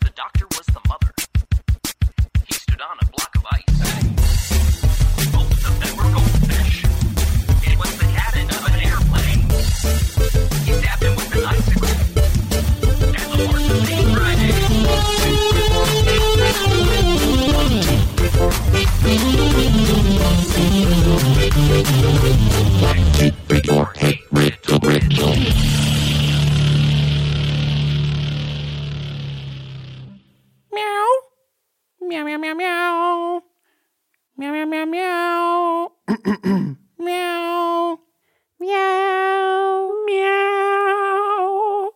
The doctor was the mother. He stood on a block of ice. Both of them were goldfish. It was the cabin of an airplane. He stabbed him with an icicle. And the horse was named Friday. Meow. Meow, meow, meow, meow. Meow, meow, meow, meow. meow. Meow. Meow. Meow.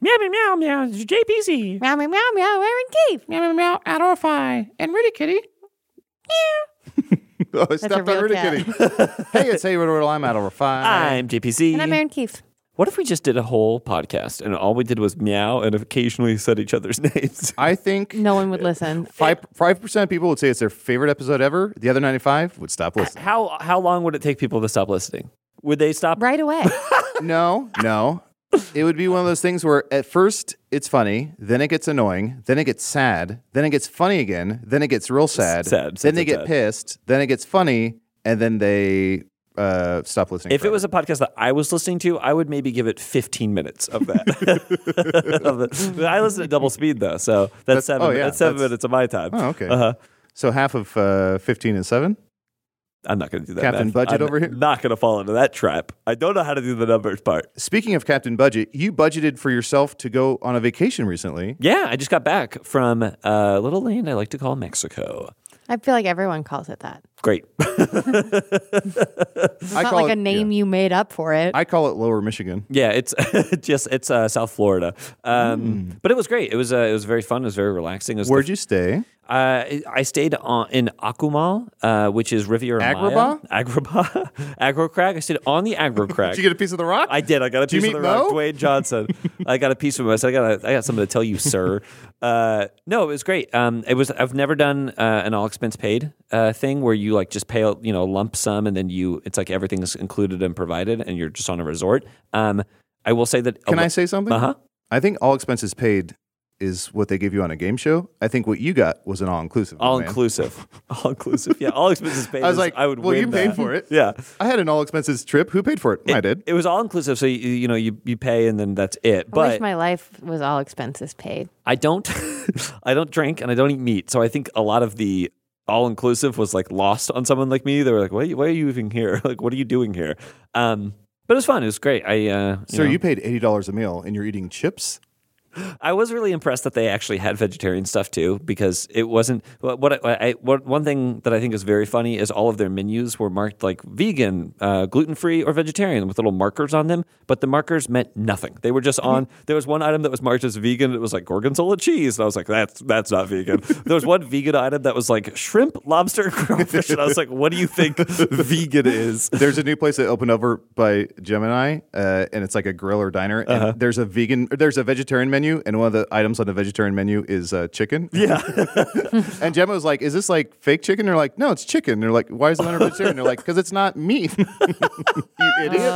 Meow meow meow meow. It's JPC. Meow, meow, meow, meow. Aaron Keefe. Meow, meow, meow. Adorfi. And Rudy Kitty. Oh, I stepped real on Rudy cat. Kitty. hey, it's Hayward Wordle. I'm out of refine. I'm JPC. And I'm Aaron Keefe. What if we just did a whole podcast and all we did was meow and occasionally said each other's names? I think No one would listen. five five percent of people would say it's their favorite episode ever. The other ninety five would stop listening. How how long would it take people to stop listening? Would they stop? Right away. no, no. It would be one of those things where at first it's funny, then it gets annoying, then it gets sad, then it gets funny again, then it gets real sad, sad, then sad, they sad, get sad. pissed, then it gets funny, and then they uh, stop listening. If it was a podcast that I was listening to, I would maybe give it 15 minutes of that. Of it. I listen at double speed though, so that's, That's- seven. oh, yeah, that's seven that's- minutes of my time. Oh, okay. Uh-huh. so half of uh, fifteen and seven. I'm not going to do that. Captain math. Budget I'm over here? Not going to fall into that trap. I don't know how to do the numbers part. Speaking of Captain Budget, you budgeted for yourself to go on a vacation recently. Yeah, I just got back from a little land I like to call Mexico. I feel like everyone calls it that. Great. It's I not call like a it- name you made up for it. I call it Lower Michigan. Yeah, it's just it's uh, South Florida, um, but it was great. It was uh, it was very fun. It was very relaxing. It was Hmm. Where'd you stay? uh, I stayed on, in Akumal, uh, which is Riviera Agrabah? Maya. Agrabah, Agrocrag. I stayed on the Agrocrag. Did you get a piece of the rock? I did. I got a Did you piece of meet the rock. Mo? Dwayne Johnson. I got a piece of him. I said, I got, a, I got something to tell you, sir. uh, no, it was great. Um, it was. I've never done uh, an all expense paid uh, thing where you like just pay a you know lump sum and then you it's like everything's included and provided and you're just on a resort. Um, I will say that. Can I say something? Oh, Uh huh. I think all expenses paid is what they give you on a game show. I think what you got was an all inclusive. All inclusive. All inclusive. Yeah. All expenses paid. I was is- like, I would. well, you win paid that. for it. Yeah. I had an all expenses trip. Who paid for it? I did. It was all inclusive, so you, you know you, you pay and then that's it. I But wish my life was all expenses paid. I don't I don't drink and I don't eat meat. So I think a lot of the all inclusive was like lost on someone like me. They were like, "Why, why are you even here? Like, what are you doing here?" Um, but it was fun. It was great. I uh, you Sir, know, you paid eighty dollars a meal and you're eating chips. I was really impressed that they actually had vegetarian stuff too, because it wasn't what what, I, I- what one thing that I think is very funny is all of their menus were marked like vegan, uh, gluten free, or vegetarian with little markers on them, but the markers meant nothing. They were just on. There was one item that was marked as vegan. It was like gorgonzola cheese, and I was like, that's that's not vegan. there was one vegan item that was like shrimp, lobster, and crawfish, and I was like, what do you think vegan is? There's a new place that opened over by Gemini, uh, and it's like a grill or diner. And there's a vegan, or there's a vegetarian menu, and one of the items on the vegetarian menu is uh, chicken. Yeah. and Gemma was like, "Is this like fake chicken?" They're like, "No, it's chicken." They're like, "Why is it not vegetarian?" They're like, "Because it's not meat." you idiot.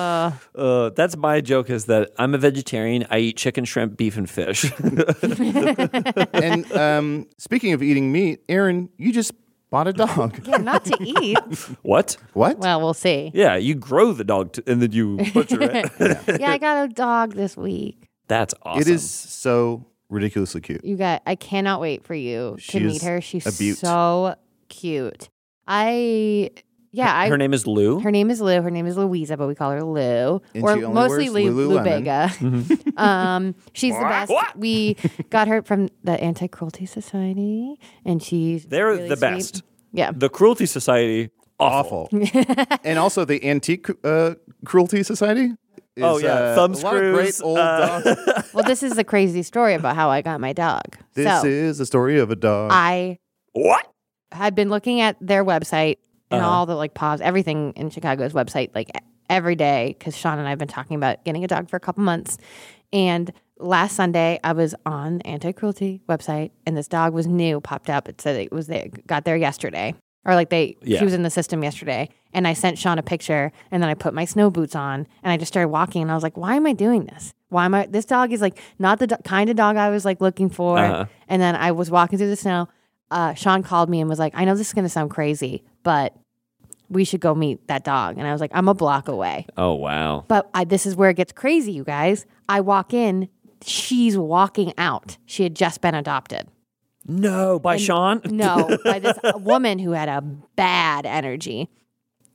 Uh, that's my joke is that I'm a vegetarian. I eat chicken, shrimp, beef, and fish. and um, speaking of eating meat, Aaron, you just bought a dog. Yeah, not to eat. what? What? well, we'll see. Yeah, you grow the dog t- and then you butcher it. Yeah, I got a dog this week. That's awesome. It is so ridiculously cute. You got I cannot wait for you She to is meet her. She's a beaut. so cute. I yeah, I Her name is Lou. her name is Lou. Her name is Louisa, but we call her Lou, And or she only mostly wears Lou Lululemon. Mm-hmm. Lubega. um, she's the best. We got her from the Anti Cruelty Society, and she's They're really the sweet. best. Yeah, the Cruelty Society. Awful. Awful. and also the Antique uh, Cruelty Society. Is, uh, Oh, yeah. Thumb a lot of great screws, old uh, dogs. well, this is a crazy story about how I got my dog. This so is the story of a dog. I What? had been looking at their website and all the like paws, everything in Chicago's website, like e- every day, because Sean and I have been talking about getting a dog for a couple months. And last Sunday, I was on the anti cruelty website, and this dog was new, popped up. It said it was they got there yesterday, or like they Yeah. she was in the system yesterday, And I sent Sean a picture and then I put my snow boots on and I just started walking and I was like, why am I doing this? Why am I? This dog is like not the do- kind of dog I was like looking for. And then I was walking through the snow. Uh, Sean called me and was like, I know this is going to sound crazy, but we should go meet that dog. And I was like, I'm a block away. Oh wow. But I, this is where it gets crazy, you guys. I walk in, she's walking out. She had just been adopted. No, by Sean. No, by this woman who had a bad energy.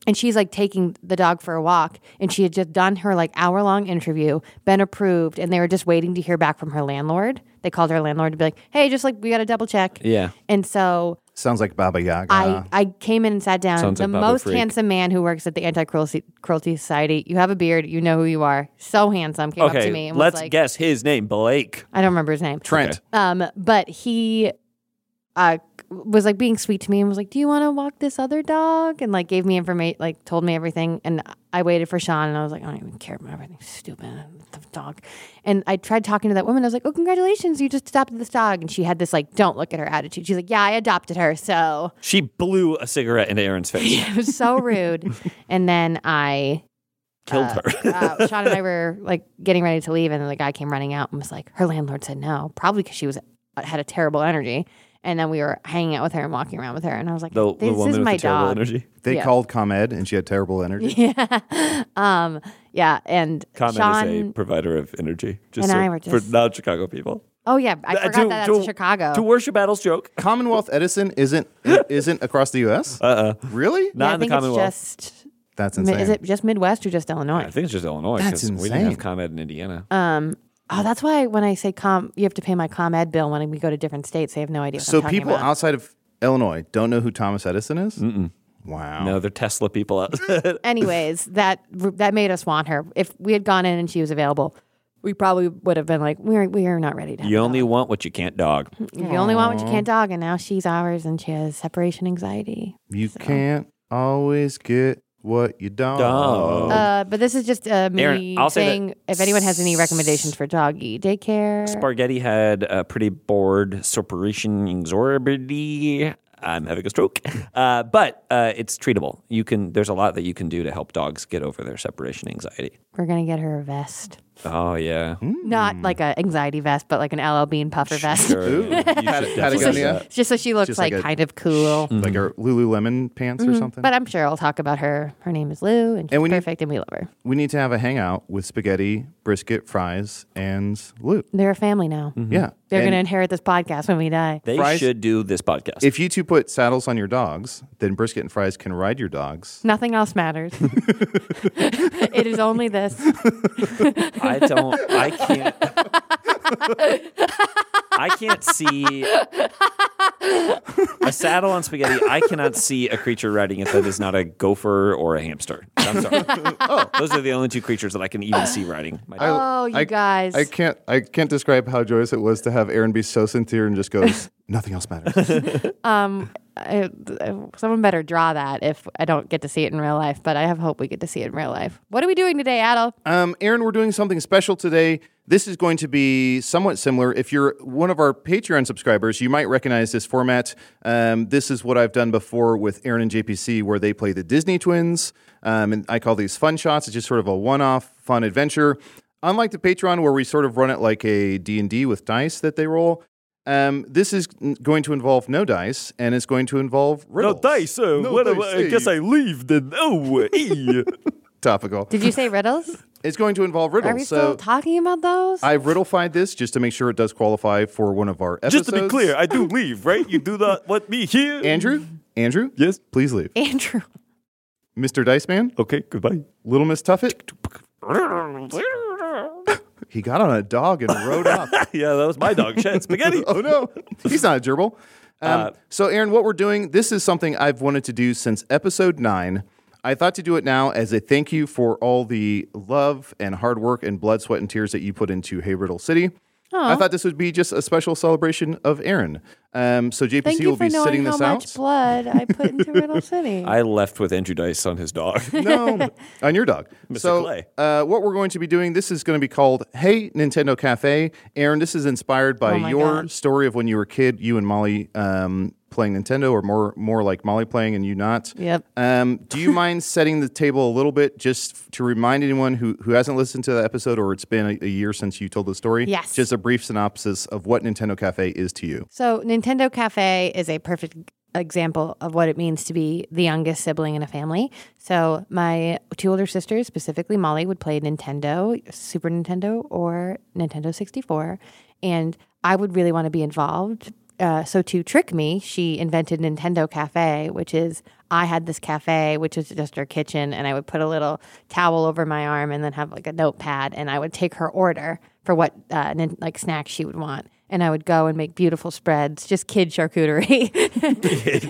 And she's like taking the dog for a walk, and she had just done her like hour long interview, been approved, and they were just waiting to hear back from her landlord. They called her landlord to be like, hey, just like we got to double check. Yeah. And so Sounds like Baba Yaga. I, I came in and sat down. Sounds the like Baba most Freak. handsome man who works at the Anti Cruelty Society. You have a beard. You know who you are. So handsome. Came up to me Okay, and let's was like, guess his name, Blake. I don't remember his name. Trent. Um, but he uh, was like being sweet to me and was like, "Do you want to walk this other dog?" And like gave me information, like told me everything. And I waited for Sean, and I was like, "I don't even care about everything. Stupid the dog." And I tried talking to that woman. I was like, "Oh, congratulations! You just adopted this dog." And she had this like, "Don't look at her" attitude. She's like, "Yeah, I adopted her." So She blew a cigarette into Aaron's face, it was so rude. and then I killed her. uh, Sean and I were like getting ready to leave, and then the guy came running out and was like, her landlord said no, probably because she was uh, had a terrible energy. And then we were hanging out with her and walking around with her, and I was like, The, the this woman is with my the terrible dog. energy. They Yeah. called ComEd and she had terrible energy. Yeah, um, yeah, and Common Sean. is a provider of energy, just, and so- I were for just- non-Chicago people. oh yeah, I Uh, forgot to- that to- that's Chicago. To worship battles joke. Commonwealth Edison isn't isn't across the U.S. Uh-uh. Uh uh Really? yeah, Not I in the think Commonwealth. it's just. That's mi- insane. Is it just Midwest or just Illinois? I think it's just Illinois. That's 'cause We didn't have insane. ComEd in Indiana. Oh, that's why when I say com, you have to pay my com ed bill when we go to different states. They have no idea. What so I'm talking people about. outside of Illinois don't know who Thomas Edison is. Mm-mm. Wow. no, they're Tesla people. Out. anyways, that that made us want her. If we had gone in and she was available, we probably would have been like, we're we are not ready to. have you a only dog. want what you can't dog. you only want what you can't dog, and now she's ours, and she has separation anxiety. You can't always get what you don't. Oh. Dog. Uh, but this is just uh, me Erin, I'll say that- saying if anyone has any recommendations for doggy daycare, Bargetti had a pretty bored separation anxiety. I'm having a stroke, uh, but uh, it's treatable. You can. There's a lot that you can do to help dogs get over their separation anxiety. we're gonna get her a vest, Oh yeah, not like an anxiety vest, but like an LL Bean puffer vest, Hmm. Sure. You should definitely do Patagonia. that. just so she looks Just like, like a- kind of cool. Hmm. Like our Lululemon pants or something. But I'm sure I'll talk about her. Her name is Lou, and she's And we need- perfect, and we love her. we need to have a hangout with spaghetti, brisket, fries, and loot. They're a family now. Mm-hmm. Yeah. Mm-hmm. They're And going to inherit this podcast when we die. They Fries- should do this podcast. If you two put saddles on your dogs, then brisket and fries can ride your dogs. Nothing else matters. it is only this. I don't. I can't. I can't see a saddle on spaghetti. I cannot see a creature riding it that is not a gopher or a hamster. I'm sorry. oh, those are the only two creatures that I can even see riding. My dog. Oh, you I- guys. I can't. I can't describe how joyous it was to have Aaron be so sincere and just goes, "Nothing else matters." um, I, someone better draw that if I don't get to see it in real life, but I have hope we get to see it in real life. What are we doing today, Adel? um, Aaron, we're doing something special today. This is going to be somewhat similar. If you're one of our Patreon subscribers, you might recognize this format. Um, this is what I've done before with Aaron and JPC, where they play the Disney twins, um, and I call these fun shots. It's just sort of a one-off fun adventure. Unlike the Patreon, where we sort of run it like a D and D with dice that they roll. Um, this is n- going to involve no dice, and it's going to involve Oh, riddles. uh, No dice, hey. leave then. Oh, topical. Did you say riddles? It's going to involve riddles. Are we so still talking about those? I've riddlefied this just to make sure it does qualify for one of our episodes. I do leave, right? You do not want me here. Andrew, Andrew, yes. please leave. Andrew. Mr. Dice Man, Okay. Goodbye. Little Miss Tuffet, he got on a dog and rode off. yeah, that was my dog. Shed spaghetti. Oh no, he's not a gerbil. Um, so, Aaron, what we're doing, this is something I've wanted to do since episode nine. I thought to do it now as a thank you for all the love and hard work and blood, sweat, and tears that you put into Hey Riddle City. I thought this would be just a special celebration of Aaron. Um, so JPC Thank you will for be knowing sitting how this out. much blood I put into Riddle City. I left with Andrew Dice on his dog. no, on your dog. so, Clay. Uh, what we're going to be doing, this is going to be called Hey Nintendo Cafe. Aaron, this is inspired by Oh my your God. story of when you were a kid, you and Molly um, playing Nintendo or more more like Molly playing and you not. Yep. Um, do you mind setting the table a little bit just f- to remind anyone who, who hasn't listened to the episode or it's been a, a year since you told the story? Yes. Just a brief synopsis of what Nintendo Cafe is to you. So, Nintendo Cafe is a perfect example of what it means to be the youngest sibling in a family. So, my two older sisters, specifically Molly, would play Nintendo, Super Nintendo, or Nintendo 64. And I would really want to be involved. Uh, so, to trick me, she invented Nintendo Cafe, which is I had this cafe, which is just her kitchen, and I would put a little towel over my arm and then have like a notepad, and I would take her order for what uh, nin- like snacks she would want. And I would go and make beautiful spreads, just kid charcuterie.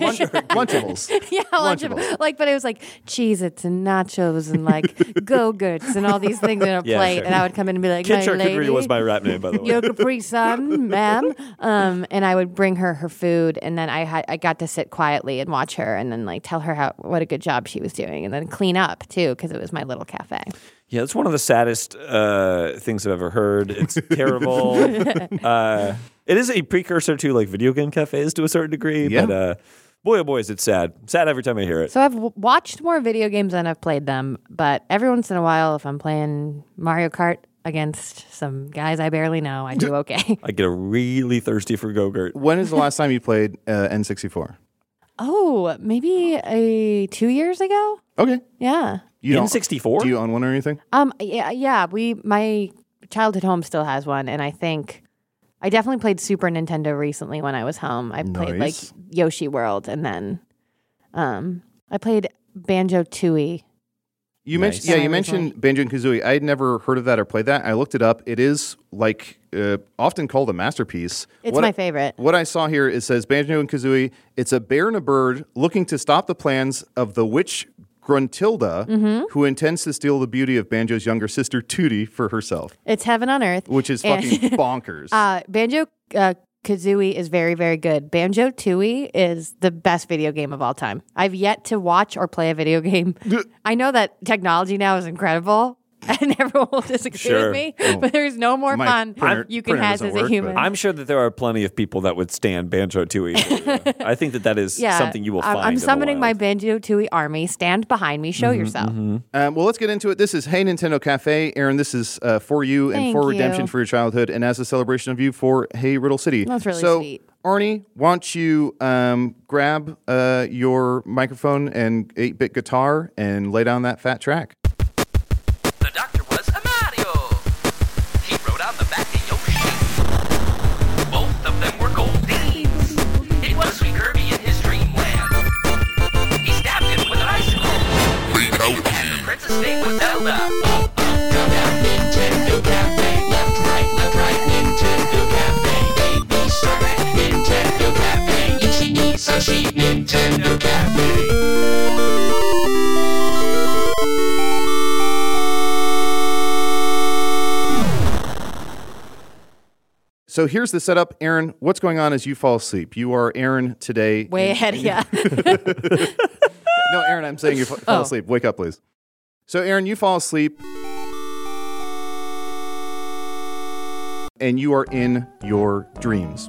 Lunchables. yeah, Lunchables. Like, but it was like Cheez Its and nachos and like Go Gurts and all these things in a Yeah, plate. sure. And I would come in and be like, Kid my Charcuterie lady, was my rap name, by the way. your Capri Sun, ma'am. Um, and I would bring her her food, and then I had I got to sit quietly and watch her, and then like tell her how what a good job she was doing, and then clean up too because it was my little cafe. Yeah, it's one of the saddest uh, things I've ever heard. It's terrible. uh, it is a precursor to like video game cafes to a certain degree, Yeah. but uh, boy, oh boy, is it sad. Sad every time I hear it. So I've w- watched more video games than I've played them, but every once in a while, if I'm playing Mario Kart against some guys I barely know, I do okay. I get really thirsty for Go-Gurt. when is the last time you played uh, N64? oh, maybe a two years ago. Okay. Yeah. You don't- N64? Do you own one or anything? Um. Yeah. Yeah. We. My childhood home still has one, and I think I definitely played Super Nintendo recently when I was home. I played Nice. like Yoshi World, and then, um, I played Banjo Tooie. You Nice. mentioned, yeah, Yeah, you I was mentioned Banjo and Kazooie. I had never heard of that or played that. I looked it up. It is like uh, often called a masterpiece. It's What my I- favorite. What I saw here it says Banjo and Kazooie. It's a bear and a bird looking to stop the plans of the witch Gruntilda, Mm-hmm. who intends to steal the beauty of Banjo's younger sister Tootie for herself, It's heaven on earth. which is And- fucking bonkers. Uh, Banjo uh, Kazooie is very, very good. Banjo Tooie is the best video game of all time. I've yet to watch or play a video game. I know that technology now is incredible. And everyone will disagree Sure. with me, but there's no more My fun printer- you can printer have doesn't as work, a human. but- I'm sure that there are plenty of people that would stand Banjo Tooie. for you. I think that that is something you will I'm, find. I'm in the summoning my wild. Banjo Tooie army. Stand behind me. Show yourself. Um, well, let's get into it. This is Hey Nintendo Cafe. Aaron, this is uh, for you and Thank for you. redemption for your childhood and as a celebration of you for Hey Riddle City. That's really so, sweet. Arnie, why don't you um, grab uh, your microphone and 8 bit guitar and lay down that fat track? The doctor was a Mario. He rode on the back of Yoshi. Both of them were gold beans. It was Sweet Kirby in his dreamland. He stabbed him with an icicle. And the princess stayed with Zelda. Up, up, down, down, Nintendo Cafe. Left, right, left, right, Nintendo Cafe. Baby Sonic, Nintendo Cafe. Ichi ni Sashi, Nintendo Cafe. So, here's the setup. Aaron, what's going on as you fall asleep? You are Aaron today. Way ahead, yeah. No, Aaron, I'm saying you fa- fall Oh. asleep. Wake up, please. So, Aaron, you fall asleep. And you are in your dreams.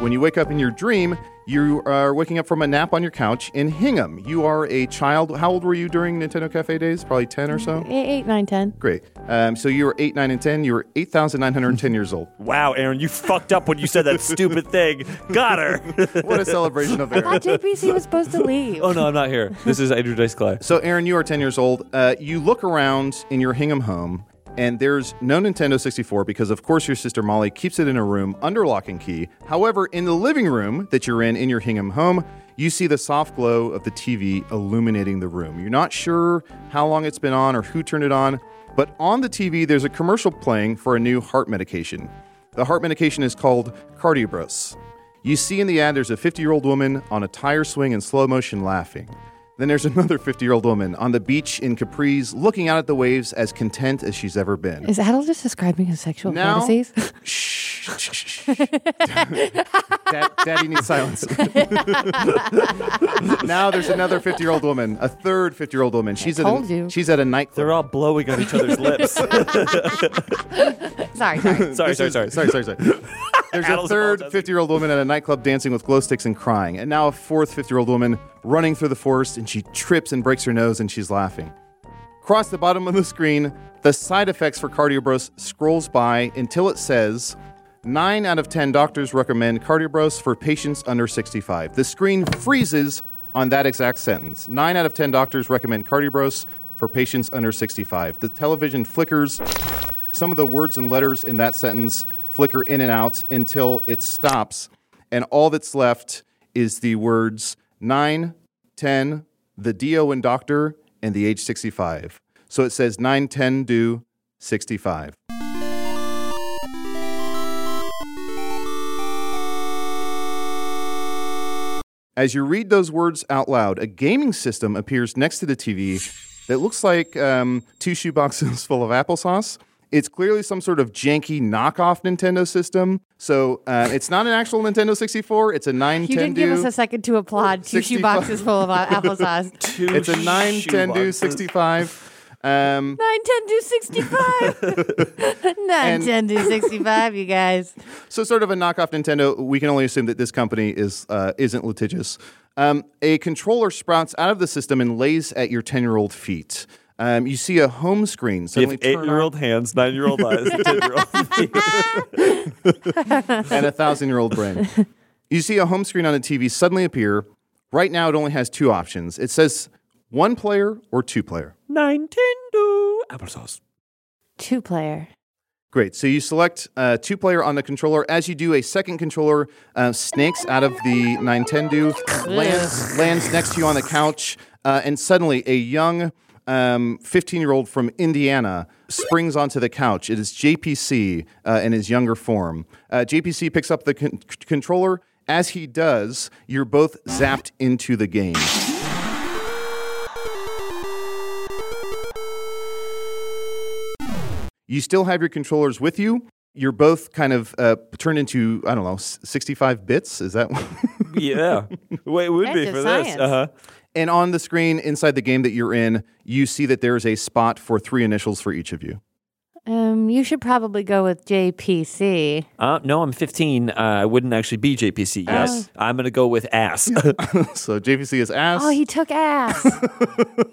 When you wake up in your dream, you are waking up from a nap on your couch in Hingham. You are a child. How old were you during Nintendo Cafe days? Probably 10 or so? Mm, Eight, eight, nine, ten. Great. Um, so you were 8, 9, and 10. You were 8,910 years old. Wow, Aaron, you fucked up when you said that stupid thing. Got her. What a celebration of I Aaron. thought JPC was supposed to leave. oh no, I'm not here. This is Andrew Dice Clay. So, Aaron, you are 10 years old. Uh, you look around in your Hingham home, and there's no Nintendo 64 because, of course, your sister Molly keeps it in a room under lock and key. However, in the living room that you're in, in your Hingham home, you see the soft glow of the TV illuminating the room. You're not sure how long it's been on or who turned it on, but on the TV, there's a commercial playing for a new heart medication. The heart medication is called Cardiobros. You see in the ad there's a 50 year old woman on a tire swing in slow motion laughing. Then there's another 50 year old woman on the beach in Capri's looking out at the waves as content as she's ever been. Is Adel just describing his sexual Now- fantasies? Shh, shh, shh, shh. Dad, Daddy needs silence. now there's another 50 year old woman, a third 50 year old woman. She's, told at a, you. she's at a nightclub. They're all blowing on each other's lips. sorry, sorry. sorry, This sorry, is- sorry. sorry, sorry, sorry. There's Adults a of all third dozen. 50 year old woman at a nightclub dancing with glow sticks and crying. And now a fourth 50 year old woman running through the forest and she trips and breaks her nose and she's laughing. Across the bottom of the screen, the side effects for Cardiobros scrolls by until it says 9 out of 10 doctors recommend Cardiobros for patients under 65. The screen freezes on that exact sentence. 9 out of 10 doctors recommend Cardiobros for patients under 65. The television flickers. Some of the words and letters in that sentence flicker in and out until it stops. And all that's left is the words 9, 10, the DO and doctor, and the age 65. So it says 9, 10, do 65. As you read those words out loud, a gaming system appears next to the TV that looks like um, two shoeboxes full of applesauce. It's clearly some sort of janky knockoff Nintendo system. So uh, it's not an actual Nintendo 64. It's a 9 You didn't give us a second to applaud. Two 65. shoe boxes full of uh, applesauce. Two It's a 9 10 do shoeboxes. 65. Um, Nine ten to sixty five. Nine And- ten to sixty five. You guys. So sort of a knockoff Nintendo. We can only assume that this company is uh, isn't litigious. Um, a controller sprouts out of the system and lays at your ten year old feet. Um, you see a home screen You suddenly have turn on eight-year-old hands, nine-year-old eyes, and ten-year-old feet. and a thousand year old brain. You see a home screen on a TV suddenly appear. Right now, it only has two options. It says one player or two player. Nintendo applesauce. Two player. Great. So you select uh, two player on the controller. As you do, a second controller uh, snakes out of the Nintendo, lands, lands next to you on the couch, uh, and suddenly a young 15 year old from Indiana springs onto the couch. It is JPC uh, in his younger form. Uh, JPC picks up the con- c- controller. As he does, you're both zapped into the game. You still have your controllers with you. You're both kind of uh, turned into, I don't know, s- 65 bits? Is that Yeah, wait, it would That's be just for this. science. Uh huh. And on the screen inside the game that you're in, you see that there is a spot for three initials for each of you. Um, you should probably go with JPC. Uh, no, I'm 15. Uh, I wouldn't actually be JPC. Oh. Yes, I'm gonna go with ass. so JVC is ass. Oh, he took ass.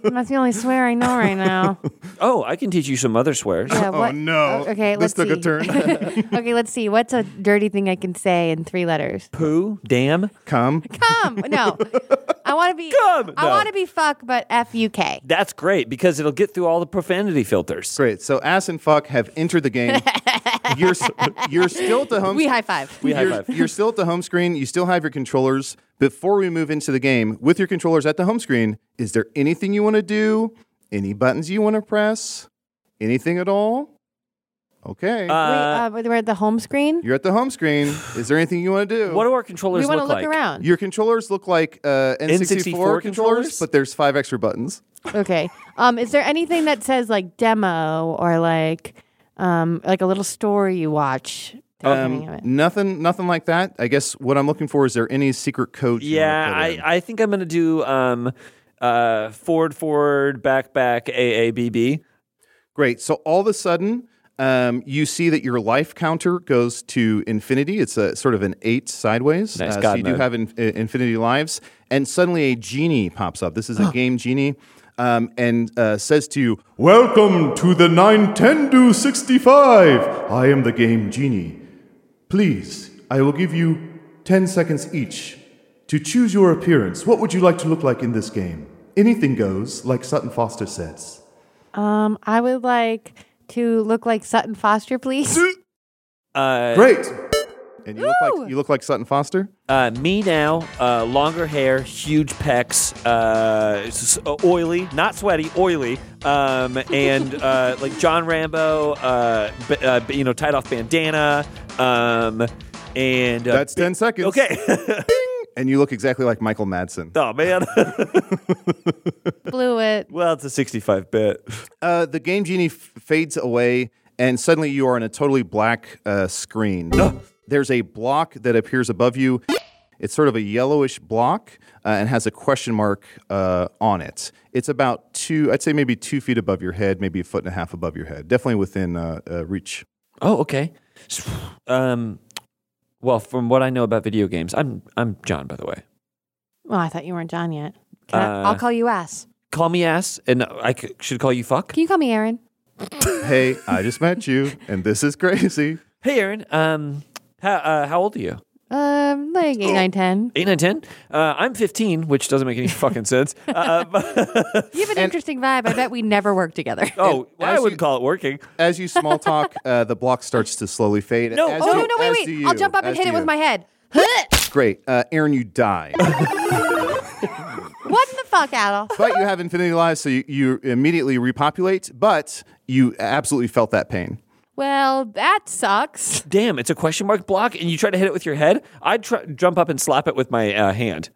That's the only swear I know right now. oh, I can teach you some other swears. Yeah, oh no! oh, okay, this let's took see. a turn. okay, let's see. What's a dirty thing I can say in three letters? Poo, damn. Come, Come. No. I want to be. Come. I No. want to be fuck, but F U K. That's great because it'll get through all the profanity filters. great. So ass and fuck have entered the game. you're s- you're still at the home. We high five. We high you're, five. you're still at the home screen. You still have your controllers. Before we move into the game, with your controllers at the home screen, is there anything you want to do? Any buttons you want to press? Anything at all? Okay. Wait, Uh, uh, we're at the home screen. you're at the home screen. Is there anything you want to do? what do our controllers We want to look look, like? around. Your controllers look like uh, N64, N64 controllers, controllers? but there's five extra buttons. okay. Um, is there anything that says like demo or like, um, like a little story you watch? Anything of Um, it? Nothing, nothing like that. I guess what I'm looking for is there any secret code? you Yeah, wanna put in? I, I think I'm gonna do um, uh, forward, forward, back, back, A A B B. great. So all of a sudden, um, you see that your life counter goes to infinity. It's a sort of an eight sideways. Nice Uh, so God you do mode. have in, uh, infinity lives, and suddenly a genie pops up. This is a game genie. Um, and uh, says to you, Welcome to the Nintendo 65. I am the game genie. Please, I will give you 10 seconds each to choose your appearance. What would you like to look like in this game? Anything goes, like Sutton Foster says. Um, I would like to look like Sutton Foster, please. Uh, Great! And you look, Woo! like, you look like Sutton Foster? Uh, me now, uh, longer hair, huge pecs, uh, s- uh, oily, not sweaty, oily, um, and uh, like John Rambo, uh, b- uh, b- you know, tied off bandana, um, and uh, That's 10 seconds. okay. And you look exactly like Michael Madsen. oh man, Blew it. well, it's a sixty-five bit. Uh, the game genie f- fades away, and suddenly you are in a totally black uh, screen. There's a block that appears above you. It's sort of a yellowish block uh, and has a question mark uh, on it. It's about two, I'd say maybe two feet above your head, maybe a foot and a half above your head. Definitely within uh, uh, reach. Oh, okay. Oh, Um, Well, from what I know about video games, I'm I'm John, by the way. Well, Oh, I thought you weren't John yet. Can I, Uh, I'll call you ass. Call me ass, and I c- should call you fuck. Can you call me Aaron? hey, I just met you, and this is crazy. Hey, Aaron. Um, how uh, how old are you? Um, like Oh. eight, nine, ten. Eight, nine, ten. Uh, I'm 15, which doesn't make any fucking sense. Uh, You have an interesting vibe. I bet we never work together. oh, well, I as wouldn't you- call it working. As you small talk, uh, the block starts to slowly fade. No, As oh do- no, no, wait, as wait! do you, I'll jump up and as hit do it with you. my head. Great, uh, Aaron, you die, what the fuck, Adel? but you have infinity lives, so you, you immediately repopulate. But you absolutely felt that pain. Well, that sucks. Damn, it's a question mark block, and you try to hit it with your head. I'd try, jump up and slap it with my uh, hand.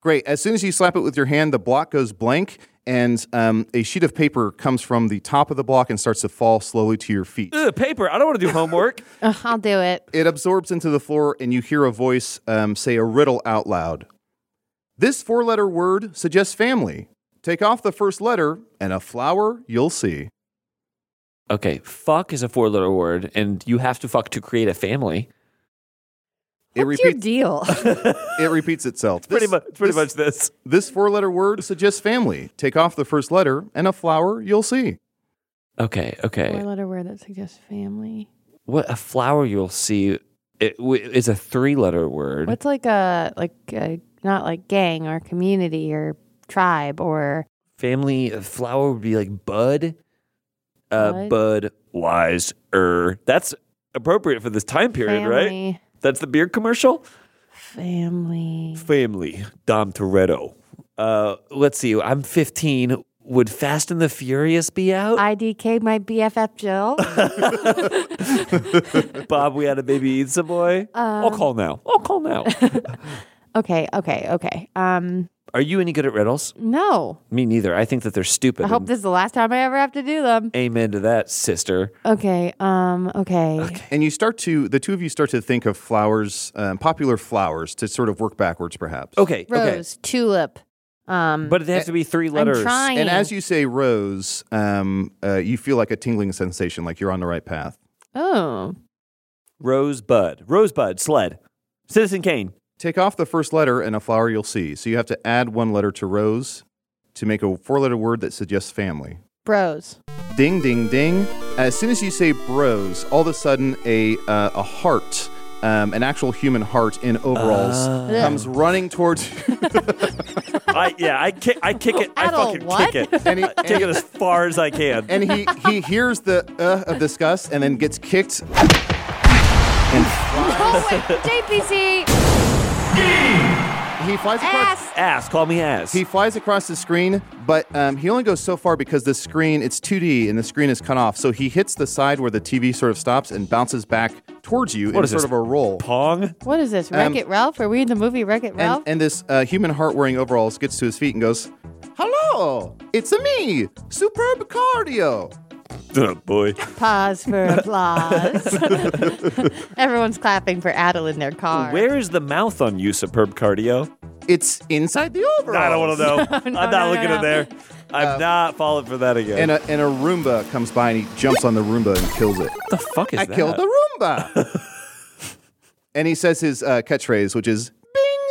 Great. As soon as you slap it with your hand, the block goes blank, and um, a sheet of paper comes from the top of the block and starts to fall slowly to your feet. Ugh, paper. I don't want to do homework. Ugh, I'll do it. It absorbs into the floor, and you hear a voice um, say a riddle out loud. This four letter word suggests family. Take off the first letter, and a flower you'll see. okay, fuck is a four letter word, and you have to fuck to create a family. It What's your repeats, deal? it repeats itself. Pretty This- much. Pretty this- much this. This four letter word suggests family. Take off the first letter, and a flower you'll see. Okay. Okay. letter word that suggests family. what a flower you'll see it w- is a three letter word. What's like a like a, not like gang or community or tribe or Family a flower would be like bud. Uh, Bud? bud lies er. That's appropriate for this time period, right? family? That's the beer commercial. Family. Family Dom Toretto. Uh, let's see. I'm 15. Would Fast and the Furious be out? IDK, my BFF Jill. Bob, we had a baby eat some boy. Um, I'll call now. I'll call now. okay, okay, okay. Um, Are you any good at riddles? no. Me neither. I think that they're stupid. I hope and this is the last time I ever have to do them. Amen to that, sister. Okay. Um. Okay. And you start to, the two of you start to think of flowers, um, popular flowers, to sort of work backwards, perhaps. Okay. Okay. Rose, tulip. Um. But they have to be three letters. I'm trying. And as you say rose, um, uh, you feel like a tingling sensation, like you're on the right path. oh, Rosebud. Rosebud. Sled. Citizen Kane. Take off the first letter and a flower you'll see. So you have to add one letter to rose to make a four letter word that suggests family. bros. Ding, ding, ding. As soon as you say bros, all of a sudden a, uh, a heart, um, an actual human heart in overalls, Ah. Ah. comes running towards you. I yeah. I kick. I kick it. I Adel, fucking what? kick it. And he, Kick it as far as I can. and he, he hears the uh of disgust and then gets kicked. Oh wait, JPC He flies across. ass. Ass. Call me ass. He flies across the screen, but um, he only goes so far because the screen, it's 2D and the screen is cut off. So he hits the side where the TV sort of stops and bounces back towards you in is sort this? of a roll. Pong. What is this? Wreck It Ralph? Are we in the movie Wreck It Ralph? Um, And, and this uh, human heart wearing overalls gets to his feet and goes, Hello, it's me, Superb Cardio. Oh boy. Pause for applause. Everyone's clapping for Adel in their car. Where is the mouth on you, superb cardio? It's inside the overalls. I don't want to know. I'm not no, looking no. at there. I'm not falling for that again. Uh, And uh, a, and a Roomba comes by and he jumps on the Roomba and kills it. what the fuck is I that? killed the Roomba. and he says his uh, catchphrase, which is,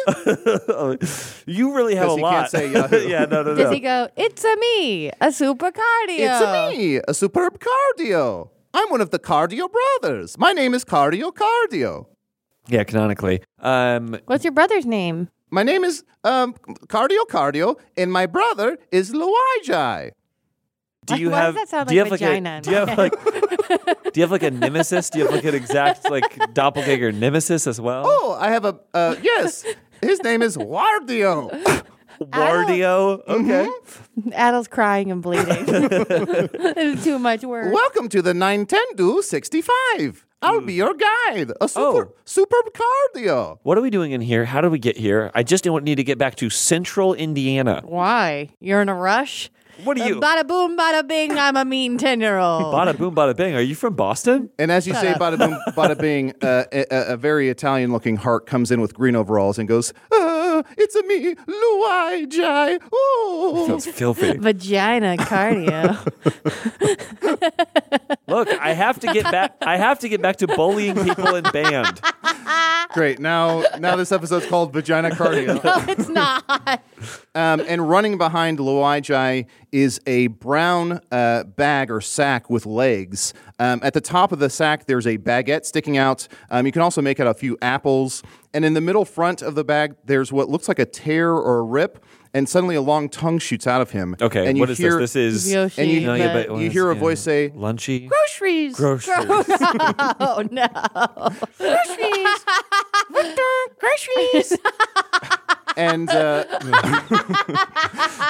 Oh, you really have a 'Cause he can't lot. say Yahoo. yeah. No. No. No. Does he go, it's a me, a super cardio? It's a me, a superb cardio. I'm one of the cardio brothers. My name is Cardio Cardio. yeah. Canonically. Um. What's your brother's name? My name is um, Cardio Cardio, and my brother is Luigi. Do you Why does have? that sound do you have like vagina Like a, in do you have like? do you have like a nemesis? Do you have like an exact like doppelganger nemesis as well? Oh, I have a uh, yes. His name is Wardio. Wardio. Okay. Adel's crying and bleeding. It's too much work. Welcome to the Nintendo 65. I'll be your guide. A super Oh. superb cardio. What are we doing in here? How did we get here? I just don't need to get back to Central Indiana. Why? You're in a rush? Uh, What are you? Bada boom, bada bing, I'm a mean 10 year old. Bada boom, bada bang. Are you from Boston? And as you say, bada boom, bada bing, uh, a, a- a very Italian looking heart comes in with green overalls and goes, uh, It's a me, Luigi. Oh. That's filthy. Vagina cardio. Look, I have to get back. I have to get back to bullying people in band. Great. Now, now this episode's called Vagina Cardio. No, it's not. Um, and running behind Luigi is a brown uh, bag or sack with legs. Um, at the top of the sack, there's a baguette sticking out. Um, you can also make out a few apples. And in the middle front of the bag, there's what looks like a tear or a rip. And suddenly, a long tongue shoots out of him. Okay, and you what is hear, this? This is Yoshi, And you, No, yeah, but- you hear a voice say, "Lunchy." Groceries. Groceries. Oh no. Groceries. Groceries. and uh,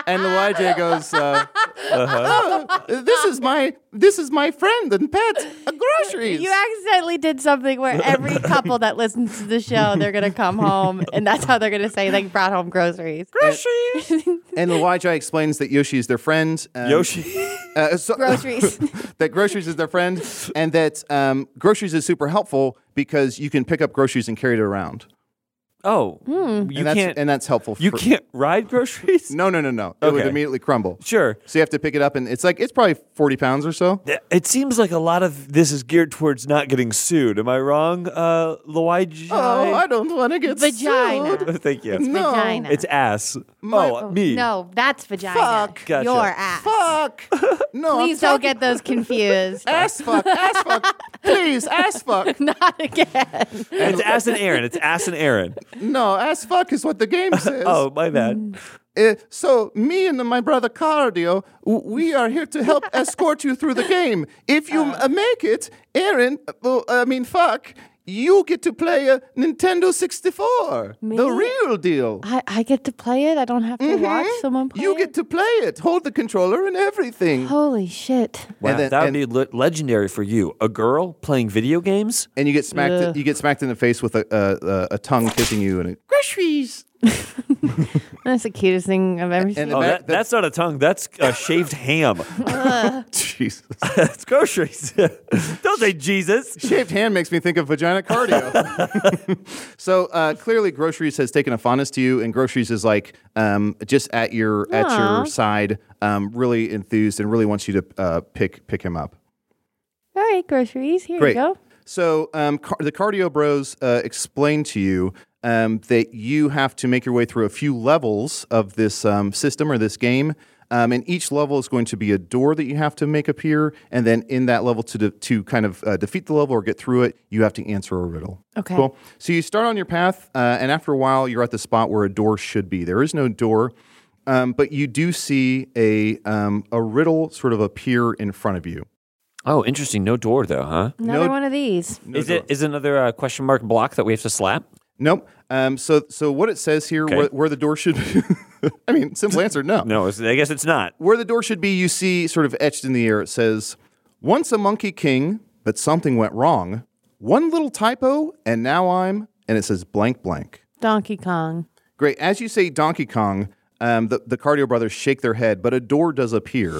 and Luigi goes, uh, Uh-huh. "Oh, "This is my this is my friend and pet uh, groceries." You accidentally did something where every couple that listens to the show, they're gonna come home and that's how they're gonna say they brought home groceries. Groceries. and Luigi explains that Yoshi is their friend. um, Yoshi. uh, so- Groceries. that groceries is their friend, and that um, groceries is super helpful because you can pick up groceries and carry it around. Oh, you and that's, can't. and that's helpful. you for- can't ride groceries. No, no, no, no. It would Okay. immediately crumble. Sure. So you have to pick it up, and it's like it's probably forty pounds or so. It seems like a lot of this is geared towards not getting sued. Am I wrong, uh, Luigi? Oh, I don't want to get Vagina. sued. Thank you. No. Vagina. It's ass. oh, me. No, that's vagina. Fuck. Gotcha. Your ass. Fuck. No, I'm Please don't get those confused. ass fuck, ass fuck. Please, ass fuck. Not again. It's ass and Aaron. It's ass and Aaron. No, ass fuck is what the game says. Oh, my Mm. bad. Uh, so me and my brother Cardio, w- we are here to help escort you through the game. If you uh, make it, Aaron, uh, well, I mean fuck, you get to play a Nintendo 64, the Me? real deal. I, I get to play it. I don't have to watch someone play You it? get to play it, hold the controller and everything. Holy shit. Wow, And then- that would and- be le- legendary for you. A girl playing video games? And you get smacked. Ugh. You get smacked in the face with a a, a, a tongue kissing you, and it, groceries. That's the cutest thing I've ever seen. And uh, the Oh, back- that, that's not a tongue. That's a shaved ham. Jesus. That's groceries. Don't say Jesus. Shaved hand makes me think of vagina cardio. so uh, clearly, groceries has taken a fondness to you, and groceries is like um, just at your at your Aw. side, um, really enthused and really wants you to uh, pick pick him up. All right, groceries. Here Great. you go. So um, car- the cardio bros uh, explain to you um, that you have to make your way through a few levels of this um, system or this game. Um, and each level is going to be a door that you have to make appear, and then in that level to de- to kind of uh, defeat the level or get through it, you have to answer a riddle. Okay. Cool. So you start on your path, uh, and after a while, you're at the spot where a door should be. There is no door, um, but you do see a um, a riddle sort of appear in front of you. Oh, interesting. No door, though, huh? Another No- one of these. No is door. it is another uh, question mark block that we have to slap? Nope. Um, so, so what it says here, Okay. where, where the door should be, I mean, simple answer, no. No, it's, I guess it's not. Where the door should be, you see sort of etched in the air, it says, Once a monkey king, but something went wrong. One little typo, and now I'm, and it says blank, blank. Donkey Kong. Great. As you say Donkey Kong, um, the, the cardio brothers shake their head, but a door does appear.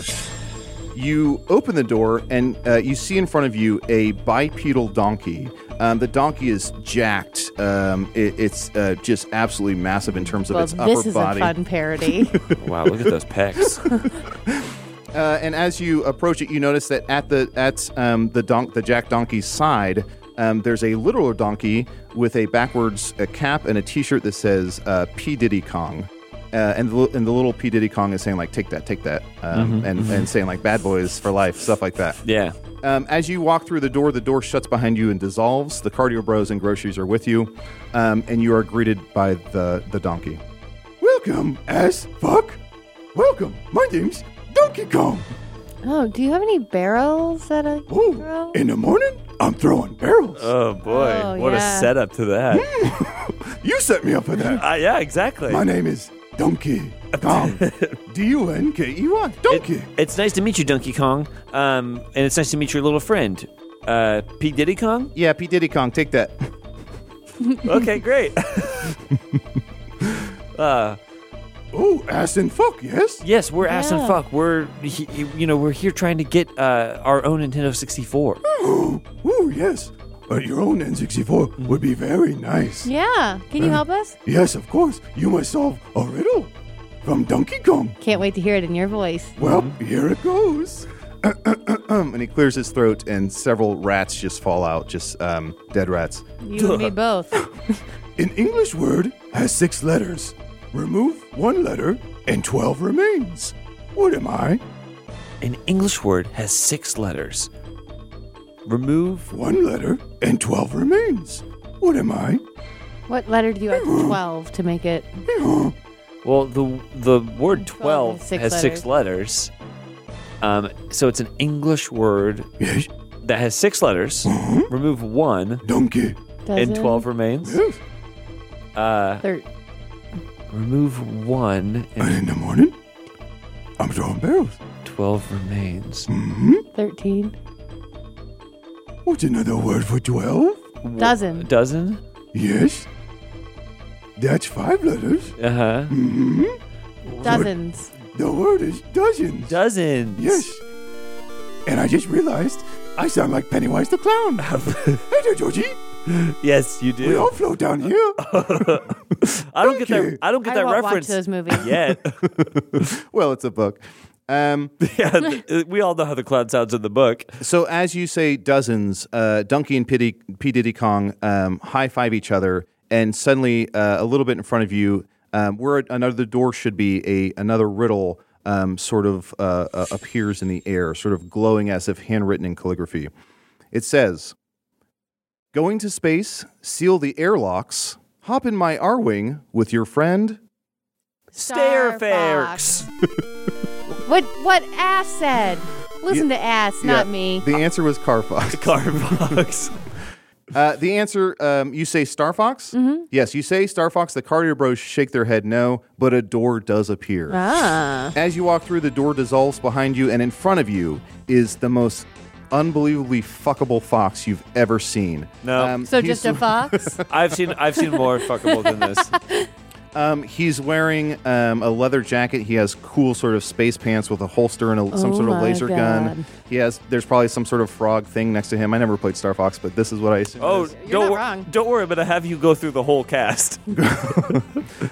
You open the door and uh, you see in front of you a bipedal donkey. Um, the donkey is jacked. Um, it- it's uh, just absolutely massive in terms of Well, its upper this is body. a fun parody. Wow, look at those pecs. Uh, and as you approach it, you notice that at the at um, the donk the jack donkey's side, um, there's a literal donkey with a backwards uh cap and a T-shirt that says uh, P Diddy Kong. Uh, and, the, li- and the little P Diddy Kong is saying like take that, take that, um, and, and saying like bad boys for life, stuff like that. yeah. Um, as you walk through the door, the door shuts behind you and dissolves. The cardio bros and groceries are with you, um, and you are greeted by the, the donkey. Welcome, as fuck. Welcome. My name's Donkey Kong. oh, do you have any barrels that I Ooh, throw? in the morning, I'm throwing barrels. Oh boy, Oh, what yeah. a setup to that. you set me up for that. uh, yeah, exactly. My name is Donkey Kong. D U N K E Y. Donkey. It's nice to meet you, Donkey Kong. Um, and it's nice to meet your little friend, uh, P Diddy Kong. Yeah, P Diddy Kong, take that. Okay, great. uh, Oh, ass and fuck, yes? yes, we're ass and Yeah. fuck. We're he, you know we're here trying to get uh, our own Nintendo 64. Ooh, yes. But your own N64 would be very nice. Yeah. Can you help us? Yes, of course. You must solve a riddle from Donkey Kong. Can't wait to hear it in your voice. Well, here it goes. Mm-hmm. and he clears his throat, and several rats just fall out, just um, dead rats. You and me both. An English word has six letters. Remove one letter, and 12 remains. What am I? An English word has six letters. Remove One letter, and 12 remains. What am I? What letter do you have? Twelve to make it. well the the word twelve has six has six letters. Um, so it's an English word Yes, Mm-hmm. that has six letters. Remove one, donkey. and twelve remains. Yes. Uh, Thir- remove one, and And in the morning, I'm throwing barrels. twelve remains. Thirteen. What's another word for 12? Dozen. Dozen. Yes. That's five letters. Uh huh. Dozens. The word is dozens. Dozens. yes. And I just realized I sound like Pennywise the Clown. hey there, Georgie. Yes, you We do. all float down here. I don't get that. you. I don't get I that won't reference watch those movies. yet. well, it's a book. Um, yeah, th- we all know how the clown sounds in the book. so as you say dozens, uh, Donkey and P. P. Diddy Kong um, high five each other, and suddenly uh, a little bit in front of you, um, where another door should be, a another riddle um, sort of uh, uh, appears in the air, sort of glowing as if handwritten in calligraphy. It says, "Going to space, seal the airlocks, hop in my R wing with your friend." Star Fairfax. What? What ass said? Listen to ass, not Yeah, me. The answer was Carfox. Carbox. Uh, the answer, um, you say Star Fox? Mm-hmm. Yes, you say Star Fox. The cardio bros shake their head no, but a door does appear. Ah. As you walk through, the door dissolves behind you, and in front of you is the most unbelievably fuckable fox you've ever seen. Um, No. So he's- just a fox. I've seen I've seen more fuckable than this. Um, he's wearing um, a leather jacket. He has cool sort of space pants with a holster and a, some Oh sort of my laser God. gun. He has. There's probably some sort of frog thing next to him. I never played Star Fox, but this is what I assume. it Oh, is. don't not wor- wrong. don't worry, but I have you go through the whole cast.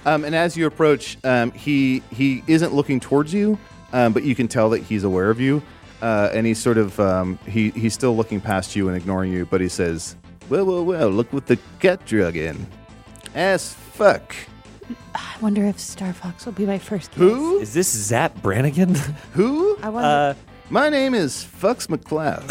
Um, and as you approach, um, he he isn't looking towards you, um, but you can tell that he's aware of you, uh, and he's sort of um, he he's still looking past you and ignoring you. But he says, "Well, well, well, look what the cat drug in, ass fuck." I wonder if Star Fox will be my first. Kiss. Who? Is this Zap Brannigan? Who? I wonder. Uh, My name is Fucks McCloud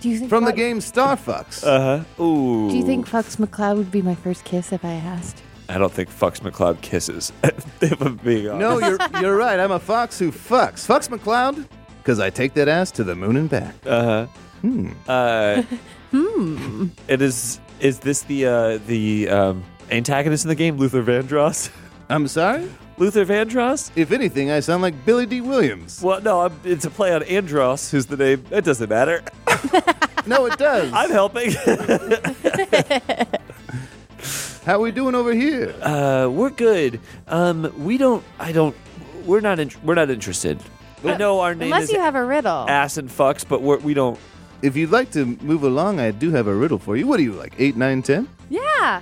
do you think from the Fo- game Star Fox. ooh. Do you think Fox McCloud would be my first kiss if I asked? I don't think Fox McCloud kisses. if I'm being honest. no, you're you're right. I'm a fox who fucks. Fucks McCloud, because I take that ass to the moon and back. Uh-huh. Uh, Hmm. It is. Is this the uh, the um, antagonist in the game, Luther Vandross? I'm sorry. Luther Vandross? If anything, I sound like Billy D. Williams. Well, no, I'm, it's a play on Andross, who's the name. It doesn't matter. No, it does. I'm helping. How we doing over here? uh, we're good. Um, we don't. I don't. We're not. In, we're not interested. I know our name Uh, Unless is you have a riddle. ass and fucks, but we're, we don't. If you'd like to move along, I do have a riddle for you. What are you, like 8, 9, 10? yeah.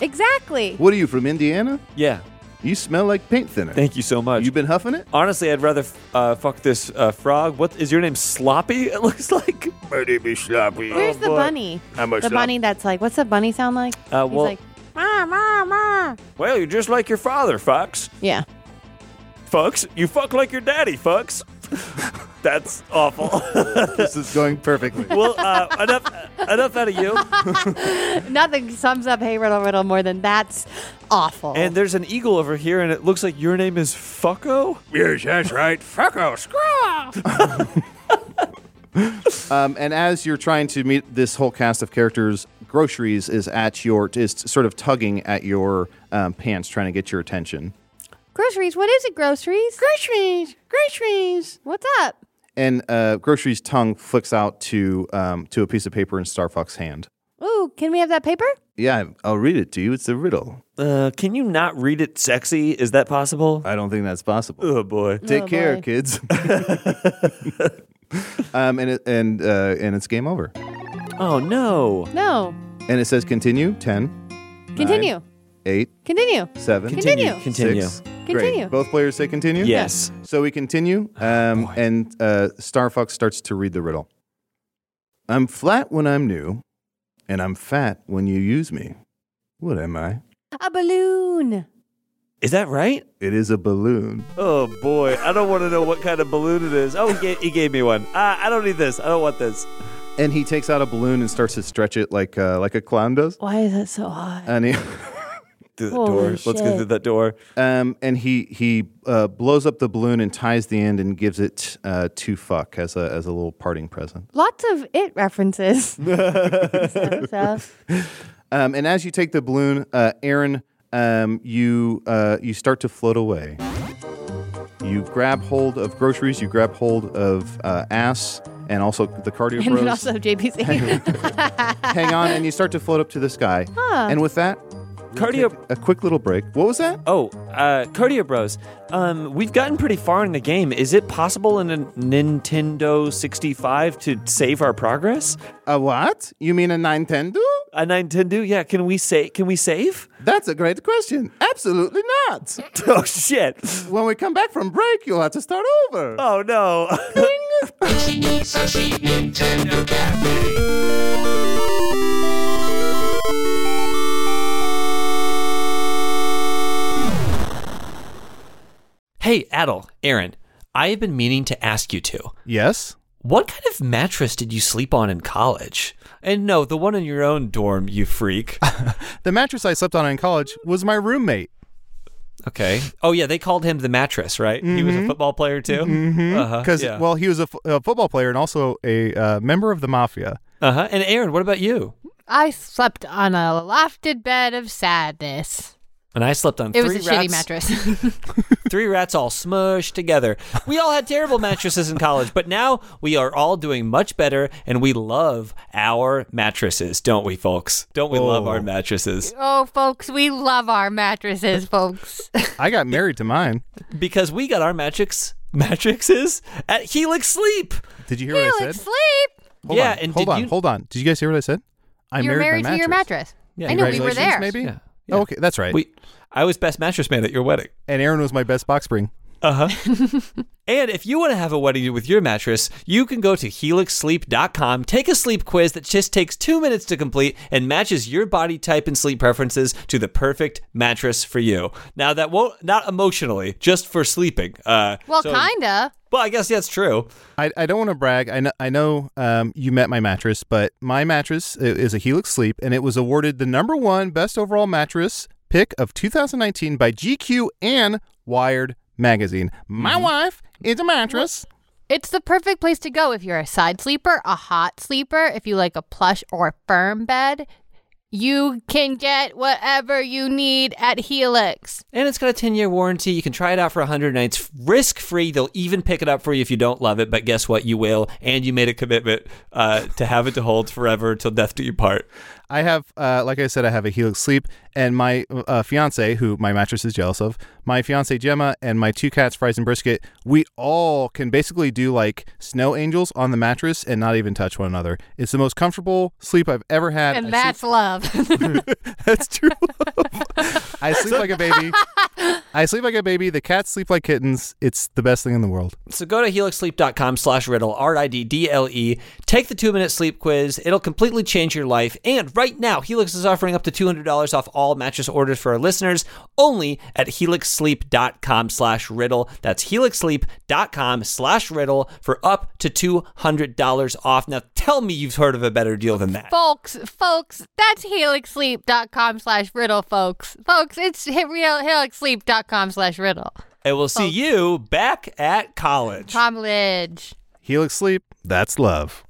Exactly. What are you, from Indiana? Yeah. You smell like paint thinner. Thank you so much. you been huffing it? Honestly, I'd rather f- uh, fuck this uh, frog. What is your name? Sloppy. It looks like. My name is Sloppy. Where's the bunny? I'm a the slop- bunny that's like, what's the bunny sound like? Uh, He's well- like, ma, ma, ma. Well, you're just like your father, Fox. Yeah. Fucks. You fuck like your daddy, fucks. That's awful. This is going perfectly. well, uh, enough, enough out of you. Nothing sums up Hey Riddle Riddle more than that's awful. And there's an eagle over here, and it looks like your name is Fucko. yes, that's right. Fucko, screw off! Um, and as you're trying to meet this whole cast of characters, groceries is at your, is sort of tugging at your um, pants, trying to get your attention. groceries. What is it, groceries? Groceries. Groceries. What's up? And uh, groceries' tongue flicks out to um, to a piece of paper in Star Fox's hand. Ooh, can we have that paper? Yeah, I'll read it to you. It's a riddle. Uh, can you not read it sexy? Is that possible? I don't think that's possible. Oh boy. Take Oh, care, boy. kids. um, and it, and uh, and it's game over. Oh no. No. And it says continue 10, Mm. Continue. eight, Continue. seven, Continue. Continue. six, Continue. Great. Both players say continue? Yes. So we continue, um, and uh, Star Fox starts to read the riddle. I'm flat when I'm new, and I'm fat when you use me. What am I? A balloon. Is that right? It is a balloon. Oh boy, I don't want to know what kind of balloon it is. Oh, he gave, he gave me one. Uh, I don't need this. I don't want this. And he takes out a balloon and starts to stretch it like uh, like a clown does. Why is that so hot? And he Through that Holy door. Let's go shit. through that door. um, and he he uh, blows up the balloon and ties the end and gives it uh, to fuck as a as a little parting present. Lots of it references. So- so- Um, and as you take the balloon, uh, Aaron, um, you uh, you start to float away. You grab hold of groceries. You grab hold of uh, ass and also the cardio and then bros. also JPC. Hang on, and you start to float up to the sky. And with that, Cardio. a quick little break. What was that? Oh, uh, Cardio Bros. Um, we've gotten pretty far in the game. Is it possible in a Nintendo 65 to save our progress? A what? You mean a Nintendo? A Nintendo? Yeah. Can we say? Can we save? That's a great question. Absolutely not. Oh shit. When we come back from break, you'll have to start over. Oh no. Hey, Adel, Aaron, I have been meaning to ask you two. Yes. What kind of mattress did you sleep on in college? and no, the one in your own dorm, you freak. The mattress I slept on in college was my roommate. Okay. Oh yeah, they called him the mattress, right? He was a football player too. Uh-huh. because yeah. well he was a, f- a football player and also a uh, member of the mafia Uh-huh. And Aaron, what about you? I slept on a lofted bed of sadness. And I slept on It three was a rats, shitty mattress. three rats all smushed together. We all had terrible mattresses in college, but now we are all doing much better and we love our mattresses, don't we folks? Don't we love our mattresses? oh, folks, we love our mattresses, folks. i got married to mine Because we got our matrix mattresses at Helix Sleep. did you hear what i Felix, said sleep. hold yeah, on and hold did on you- hold on did you guys hear what i said i You're married my to your mattress. Yeah, I know we were Congratulations, there. maybe Yeah, Oh, okay that's right We I was best mattress man at your wedding. and aaron was my best box spring And if you want to have a wedding with your mattress, you can go to helixsleep.com, take a sleep quiz that just takes two minutes to complete and matches your body type and sleep preferences to the perfect mattress for you. Now, that won't, not emotionally, just for sleeping. Uh, Well, so- kinda. Well, I guess that's true. I, I don't want to brag. I know, I know um, you met my mattress, but my mattress i- is a Helix Sleep, and it was awarded the number one best overall mattress pick of 2019 by GQ and Wired magazine. My wife is a mattress. It's the perfect place to go if you're a side sleeper, a hot sleeper, if you like a plush or firm bed. You can get whatever you need at Helix. And it's got a 10 year warranty. You can try it out for 100 nights risk free. They'll even pick it up for you if you don't love it. But guess what? You will. And you made a commitment uh, to have it to hold forever till death do you part. I have, uh, like I said, I have a Helix Sleep, and my uh, fiance, who my mattress is jealous of, my fiance Gemma, and my two cats, Fries and Brisket, we all can basically do like snow angels on the mattress and not even touch one another. It's the most comfortable sleep I've ever had. And I that's love. sleep- that's true. love. I sleep like a baby. I sleep like a baby. The cats sleep like kittens. It's the best thing in the world. So go to helixsleep.com slash riddle, R-I-D-D-L-E. E. Take the two-minute sleep quiz. It'll completely change your life. And right now, Helix is offering up to $200 off all mattress orders for our listeners only at helixsleep.com slash riddle. That's helixsleep.com slash riddle for up to $200 off. Now tell me you've heard of a better deal than that. folks, folks, that's helixsleep.com slash riddle, folks. Folks, it's he- real helixsleep.com slash riddle. And we'll see you back at college. Tomlidge. Helix Sleep. That's love.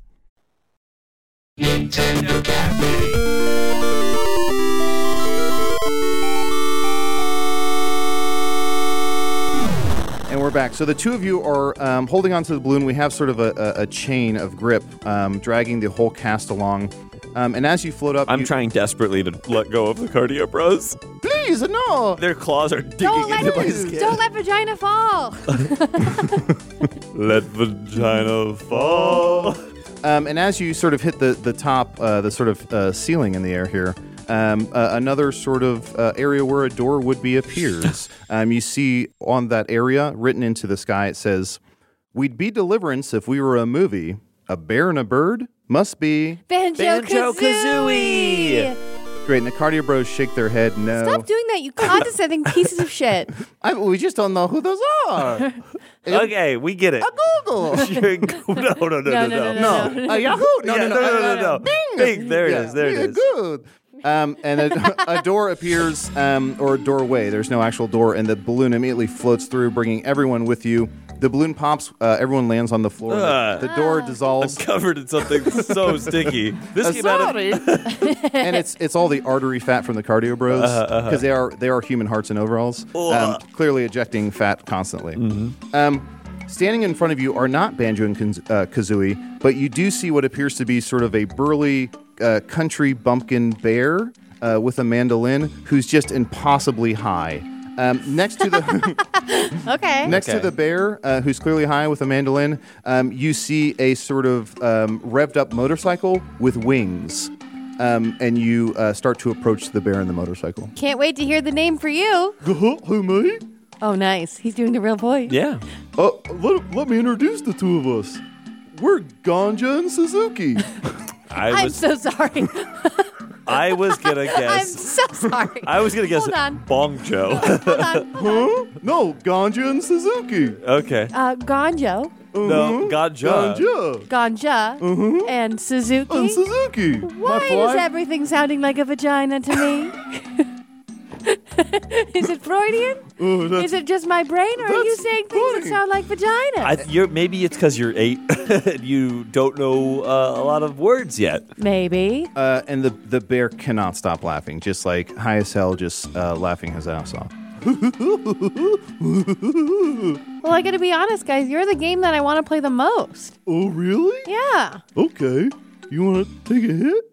And we're back. So the two of you are um, holding onto the balloon. We have sort of a, a, a chain of grip, um, dragging the whole cast along. Um, and as you float up, I'm you- trying desperately to let go of the Cardio Bros. Please, no. Their claws are digging Don't let, into my it, skin. don't let vagina fall. Let vagina fall. Um, and as you sort of hit the the top, uh, the sort of uh, ceiling in the air here, Um, uh, another sort of uh, area where a door would be appears. um, you see on that area written into the sky, it says, We'd be deliverance if we were a movie. A bear and a bird must be. Banjo, Banjo-Kazooie! Kazooie. Great. And the cardio bros shake their head no. Stop doing that, you condescending pieces of shit. I, we just don't know who those are. Okay, we get it. Google. You're- no, no, no, no, no, no, no, no. No, uh, Yahoo. No, no, no, no, no, no, no. Bing. There it Yeah. is. There it Yeah, is. Good. Um, and a, a door appears, um, or a doorway. There's no actual door, and the balloon immediately floats through, bringing everyone with you. The balloon pops. Uh, everyone lands on the floor. Ugh. the Ah. door dissolves, Covered in something so sticky. This came out of and it's it's all the artery fat from the cardio bros because they are they are human hearts in overalls, um, clearly ejecting fat constantly. Um, standing in front of you are not Banjo and Kaz- uh, Kazooie, but you do see what appears to be sort of a burly uh, country bumpkin bear uh, with a mandolin who's just impossibly high. Um, next to the Okay. Next to Okay. the bear, uh, who's clearly high with a mandolin, um, you see a sort of um, revved up motorcycle with wings. Um, and you uh, start to approach the bear and the motorcycle. Can't wait to hear the name for you. Who, me? Oh, nice. He's doing the real voice. yeah. Uh, let, let me introduce the two of us. We're Ganja and Suzuki. I I'm was so sorry. I was gonna I'm guess so sorry. I was gonna guess Hold on. Bong Joe. Hold on. Hold on. huh? No, Ganja and Suzuki. okay. Uh, Gonjo, Mm-hmm. No, Ganja. Ganja Ganja, Mm-hmm. and Suzuki. Oh, and Suzuki. Why is everything sounding like a vagina to me? is it Freudian? Oh, that's- Is it just my brain, or are you that's saying things that funny. sound like vagina? I, th- you're, maybe it's because you're eight and you don't know uh, a lot of words yet. Maybe. Uh, and the, the bear cannot stop laughing, just like high as hell, just uh, laughing his ass off. Well, I gotta be honest, guys. You're the game that I want to play the most. Oh, really? Yeah. Okay. You want to take a hit?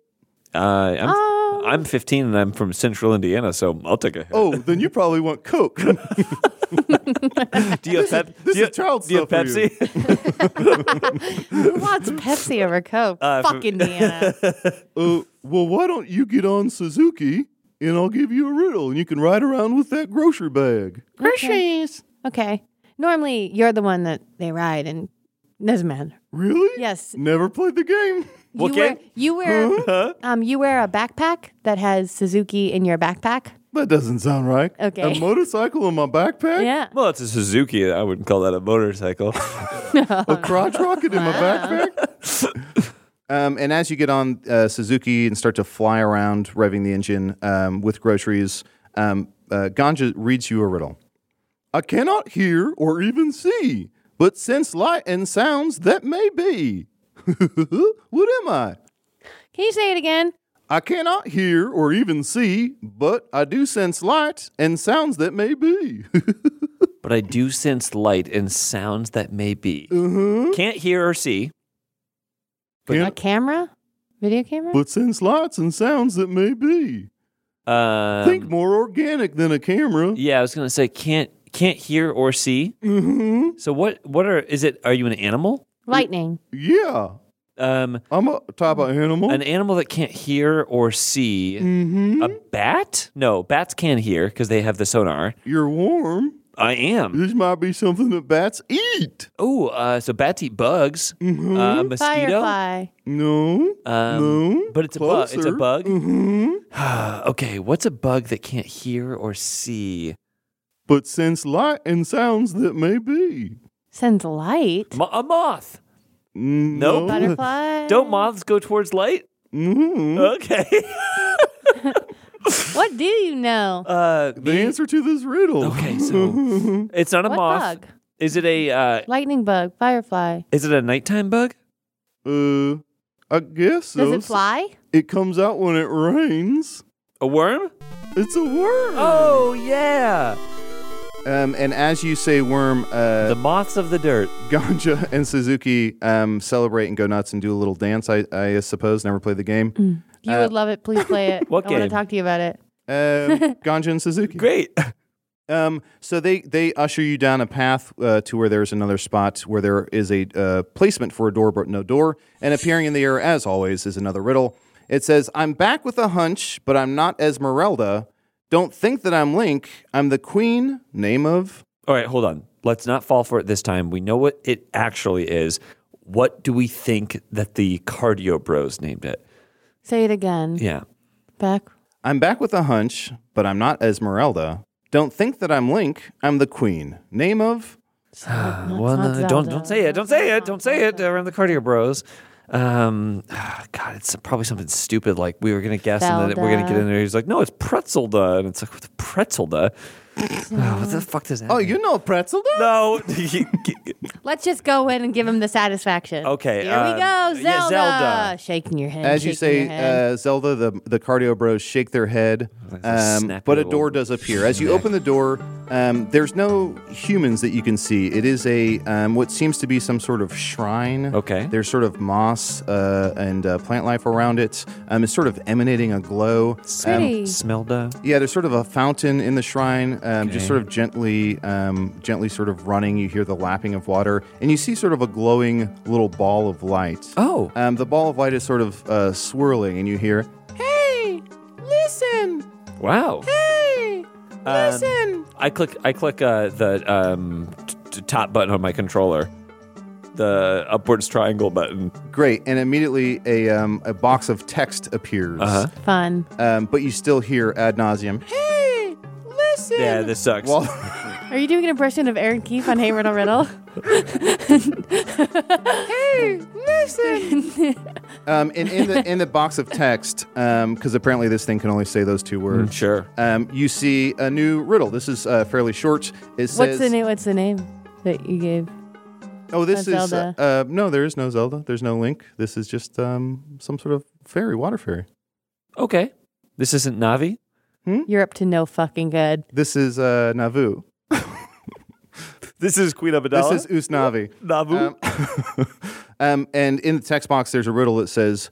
Uh, I'm Um. I'm 15 and I'm from Central Indiana, so I'll take a. hit. Oh, then you probably want Coke. do you have pep- this do you, is child do you have stuff for you. Pepsi? Who wants Pepsi over Coke? Uh, Fuck from- Indiana. uh, well, why don't you get on Suzuki and I'll give you a riddle and you can ride around with that grocery bag. Hershey's. Okay. Normally, you're the one that they ride, and doesn't matter. Really? Yes. Never played the game. What you wear, game? you wear, um, you wear a backpack that has Suzuki in your backpack. That doesn't sound right. Okay. A motorcycle in my backpack? Yeah. well, it's a Suzuki. I wouldn't call that a motorcycle. a crotch rocket in my backpack. Um, and as you get on uh, Suzuki and start to fly around, revving the engine um, with groceries, um, uh, Ganja reads you a riddle. I cannot hear or even see, but sense light and sounds that may be. what am I? Can you say it again? I cannot hear or even see, but I do sense light and sounds that may be. but I do sense light and sounds that may be. Mm-hmm. Can't hear or see. a camera, video camera. but sense lights and sounds that may be. Um, Think more organic than a camera. Yeah, I was gonna say can't can't hear or see. Mm-hmm. So what what are is it? Are you an animal? Lightning. Yeah, Um, I'm a type of animal. an animal that can't hear or see. Mm-hmm. A bat? No, bats can hear because they have the sonar. You're warm. I am. This might be something that bats eat. Oh, uh, so bats eat bugs. Mm-hmm. Uh, mosquito. Firefly. No. Um, No, But it's a bug. It's a closer. Mm-hmm. bug. okay, what's a bug that can't hear or see? But sense light and sounds that may be. Sends light. Mo- a moth. Mm, No. Butterfly. Don't moths go towards light? Mhm. Okay. What do you know? Uh, The answer to this riddle. okay, so it's not a what moth. bug? Is it a uh, Lightning bug. Firefly. is it a nighttime bug? Uh, I guess so. Does it fly? It comes out when it rains. A worm? It's a worm. Oh yeah. Um, and as you say worm, uh, the moths of the dirt. Ganja and Suzuki um, celebrate and go nuts and do a little dance, I, I suppose. Never played the game. You would love it. Please play it. Uh, What I want game? to talk to you about it. Um, Ganja and Suzuki. Great. Um, so they they usher you down a path uh, to where there's another spot where there is a uh, placement for a door but no door, and appearing in the air as always is another riddle. It says, I'm back with a hunch, but I'm not Esmeralda. Don't think that I'm Link. I'm the queen, name of. All right, hold on. Let's not fall for it this time. We know what it actually is. What do we think that the cardio bros named it? Say it again. Yeah. Back. I'm back with a hunch, but I'm not Esmeralda. Don't think that I'm Link. I'm the queen, name of. Uh, Well, no, don't don't say it. Don't say it. Don't say it uh, around the cardio bros. Um, ah, God, it's probably something stupid. Like we were gonna guess, and then we're gonna get in there. He's like, "No, it's pretzelda," and it's like, "What the pretzelda? Ah, what the fuck does that?" Oh, mean? you know Pretzel? though? no. Let's just go in and give him the satisfaction. Okay, Here we uh, go. Zelda. yeah, Zelda. Shaking your head. As you shaking your say, head. uh, Zelda, the, the cardio bros shake their head, a um, snappy but a little door does appear. As you open the door, um, there's no humans that you can see. It is a um, what seems to be some sort of shrine. Okay. There's sort of moss uh, and uh, plant life around it. Um, it's sort of emanating a glow. Um, Pretty. Smelda. yeah, there's sort of a fountain in the shrine, um, just sort of gently, um, gently sort of running. You hear the lapping of water, and you see sort of a glowing little ball of light. Oh. Um, the ball of light is sort of uh, swirling, and you hear, "Hey, listen! Wow. Um, Hey, listen!" I click I click uh, the um, t- t- top button on my controller, the upwards triangle button. Great, and immediately a um, a box of text appears, Uh-huh. Fun. um, but you still hear ad nauseum, "Hey, listen!" Yeah, this sucks. While- Are you doing an impression of Aaron Keefe on Hey Riddle Riddle? hey, listen. um, and in the in the box of text, because apparently this thing can only say those two words. Mm, sure. Um, you see a new riddle. This is uh, fairly short. It says, What's the name? What's the name that you gave? "Oh, this is of uh, Zelda? uh, no. There is no Zelda. There's no Link. This is just um, some sort of fairy, water fairy. Okay. This isn't Navi. You're up to no fucking good. This is uh, Navu. This is Queen Amidala. This is Usnavi. Navu. Um, um, and in the text box, there's a riddle that says,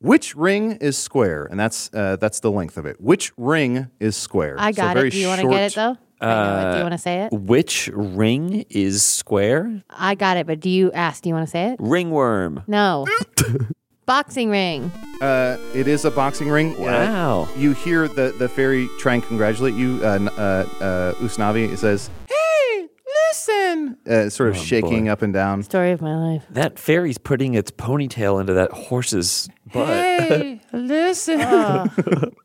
"Which ring is square?" And that's uh, that's the length of it. Which ring is square? I So got very it. Do you want to short- uh, get it though? I know it. Do you want to say it? Which ring is square? I got it, but do you ask? Do you want to say it? Ringworm. No. Boxing ring. Uh, it is a boxing ring. Uh, Wow. you hear the, the fairy try and congratulate you. Uh, n- uh, uh, Usnavi it says, "Hey, listen!" Uh, sort of shaking up and down. Story of my life. That fairy's putting its ponytail into that horse's butt. Hey, listen! Oh,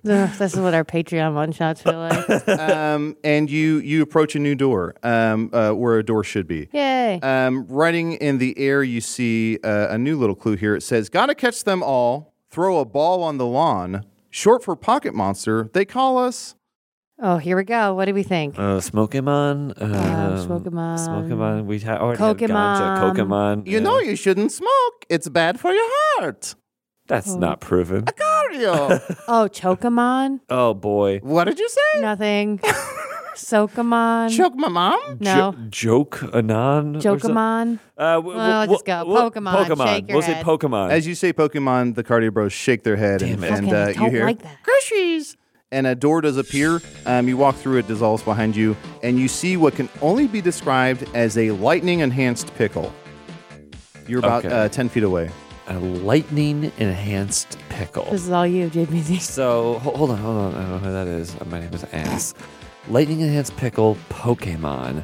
this is what our Patreon one shots feel like. um, and you you approach a new door, um, uh, where a door should be. Yay. Um, writing in the air, you see uh, a new little clue here. It says, "Gotta catch them all. Throw a ball on the lawn. Short for pocket monster. They call us." Oh, here we go. What do we think? Uh, Smokemon. Um, Smokemon. Smokemon. We ha- already had Kokemon. ganja. Kokemon. You know you shouldn't smoke. It's bad for your heart. That's not proven. Mario. Oh, Chokemon? Oh, boy. What did you say? Nothing. Sokamon? Choke my mom? no. Jo- joke Anon. or something? Jokemon? Uh, w- Well, w- w- let's w- go. Pokemon. Pokemon. Shake your we'll say head. Pokemon. As you say Pokemon, the cardio bros shake their head and, Damn it. and Okay, uh, I don't you hear like that. groceries. And a door does appear. Um, you walk through it, dissolves behind you, and you see what can only be described as a lightning enhanced pickle. You're about Okay. uh, 10 feet away. a lightning enhanced pickle. This is all you, JPZ. So ho- hold on, hold on. I don't know who that is. My name is Ass. Lightning enhanced pickle Pokemon.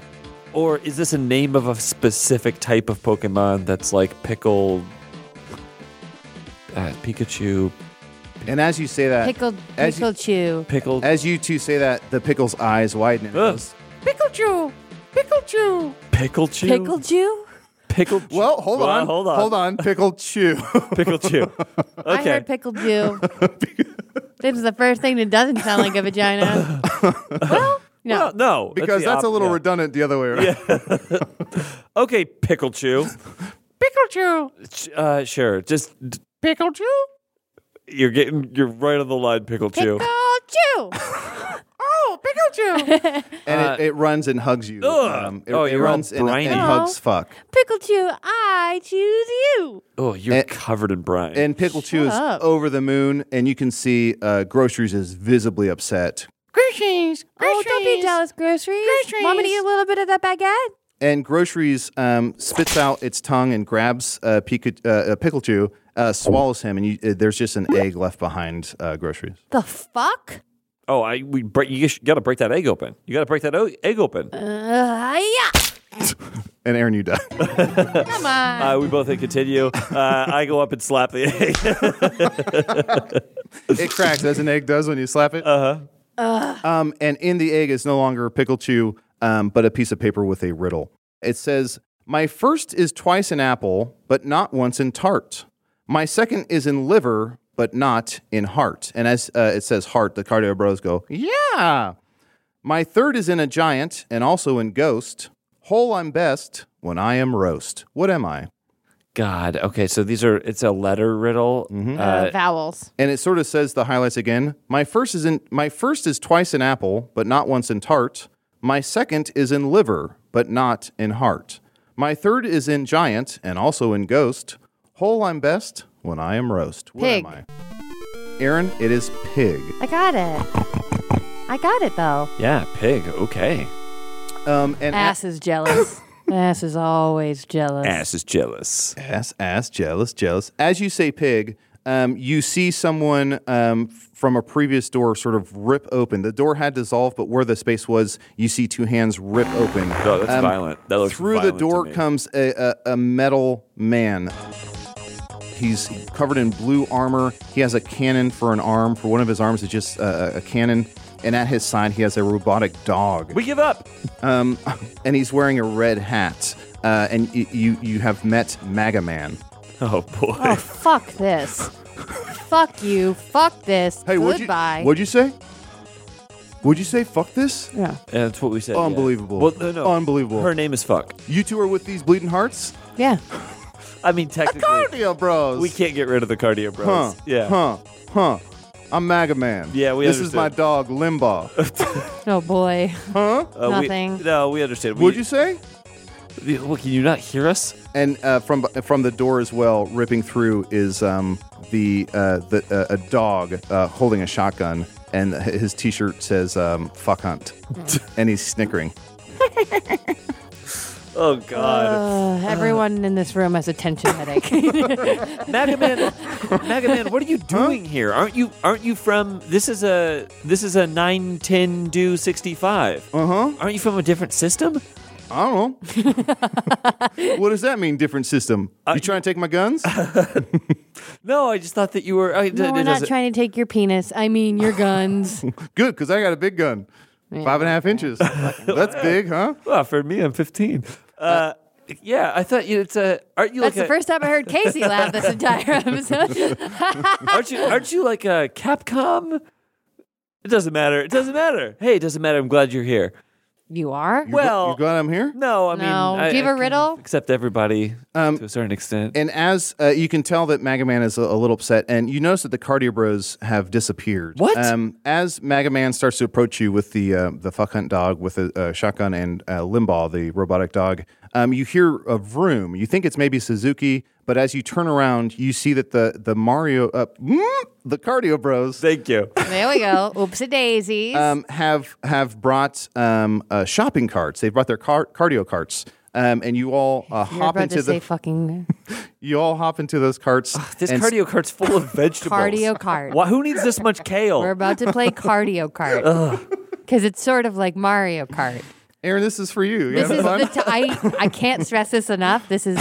Or is this a name of a specific type of Pokemon that's like pickle uh, Pikachu, And as you say that, Pickled, as you- pickled chew. pickle? as you two say that, the pickle's eyes widen. And it Ugh. goes, Pikachu! Pikachu! pickle chew? Pickled chew? pickle well, Oh, hold Well, on, hold on. hold on, pickle chew. pickle chew. I Okay. heard pickled chew. this is the first thing that doesn't sound like a vagina. well, no. Well, no, because the that's a op- little yeah. redundant the other way around. Okay, pickle chew. Pickle Chew. Uh, sure. Just d- Pickle Chew. you're getting you're right on the line, pickle chew. Pickled chew! Oh, Pickle Chew. And it, it runs and hugs you. Ugh. Um, it, Oh, it you're all runs and, briny. and hugs Oh. fuck. Pickled chew, I choose you. Oh, you're And- covered in brine. And Pickle Chew is up. over the moon, and you can see uh, Groceries is visibly upset. Groceries. Groceries. Oh, don't be jealous, groceries. Want me to eat a little bit of that baguette? And groceries um, spits out its tongue and grabs uh, Pikachu, uh, uh, Pikachu uh, swallows him, and you, uh, there's just an egg left behind uh, groceries. The fuck? Oh, I we break, you got to break that egg open. You got to break that o- egg open. Uh, yeah. And Aaron, you die. Come on. Uh, we both hit continue. Uh, I go up and slap the egg. it cracks as an egg does when you slap it. Uh huh. Um, and in the egg is no longer a pickle chew, um, but a piece of paper with a riddle. It says, "My first is twice an apple, but not once in tart. My second is in liver, but not in heart." And as uh, it says heart, the cardio bros go, "Yeah." My third is in a giant, and also in ghost. Whole I'm best when I am roast. What am I? God. Okay. So these are. It's a letter riddle. Mm-hmm. Uh, vowels. and it sort of says the highlights again. My first is in my first is twice in apple, but not once in tart. My second is in liver, but not in heart. My third is in giant and also in ghost. Whole I'm best when I am roast. What Pig. am I? Aaron, it is pig. I got it. I got it though. Yeah. Pig. Okay. Um, and Ass is jealous. Ass is always jealous. Ass is jealous. ass, ass, jealous, jealous. As you say pig, um, you see someone um, from a previous door sort of rip open. The door had dissolved, but where the space was, you see two hands rip open. Oh, that's violent. That looks Um, Through violent the to door me. comes a, a, a metal man. He's covered in blue armor. He has a cannon for an arm. For one of his arms is just a, a- a cannon. And at his side, he has a robotic dog We give up. um, and he's wearing a red hat. Uh, and y- you you have met MAGA Man. Oh boy. Oh fuck this. fuck you. Fuck this. Goodbye. you what'd you say? Would you say? Fuck this! yeah. Yeah, that's what we said. yeah. Unbelievable. Well, no, no. Unbelievable. Her name is fuck. You two are with these bleeding hearts. Yeah. I mean, technically, Cardio Bros. we can't get rid of the cardio bros. Huh? Yeah. Huh? Huh? I'm MAGA Man. Yeah, we This is understood. my dog Limbaugh. Oh boy. Uh, we- Nothing. no, we understand. Would you say? you? Well, can you not hear us? And uh, from from the door as well, ripping through is um, the uh, the uh, a dog uh, holding a shotgun, and his T-shirt says um, "fuck hunt," and he's snickering. Oh God, Uh, everyone in this room has a tension headache. Maga Man, Maga Man, what are you doing here? Aren't you aren't you from? This is a this is a nine ten do sixty five. Uh huh. Aren't you from a different system? I don't know. what does that mean? Different system. you trying to take my guns? No, I just thought that you were. I, no, we're not trying to take your penis. I mean your guns. Good, because I got a big gun, five and a half inches. That's big, huh? Well, for me, I'm fifteen. Uh, yeah, I thought you. It's a. Aren't you That's like the first time I heard Casey laugh this entire episode. a? Aren't you? Aren't you like a Capcom? It doesn't matter. It doesn't matter. Hey, it doesn't matter. I'm glad you're here. you are? well, you glad I'm here? no, I mean, No. I, Do you I have a can riddle? Accept everybody to a certain extent. And as uh, you can tell that Maga Man is a, a little upset, and you notice that the Cardio Bros have disappeared. What? Um, as Maga Man starts to approach you with the uh, the fuck hunt dog with a, a shotgun and uh, Limbaugh, the robotic dog, um, you hear a vroom. You think it's maybe Suzuki, but as you turn around, you see that the the Mario, uh, mm, the Cardio Bros, Thank you. There we go. Oopsie daisies. um, have have brought um, uh, shopping carts. They've brought their car- cardio carts. Um, and you all uh, You're hop about into to say the fucking you all hop into those carts. This and cardio cart's full of vegetables. cardio cart. Why, who needs this much kale? We're about to play cardio kart because it's sort of like Mario Kart. Aaron, this is for you. You This having is fun? the t- I I can't stress this enough. This is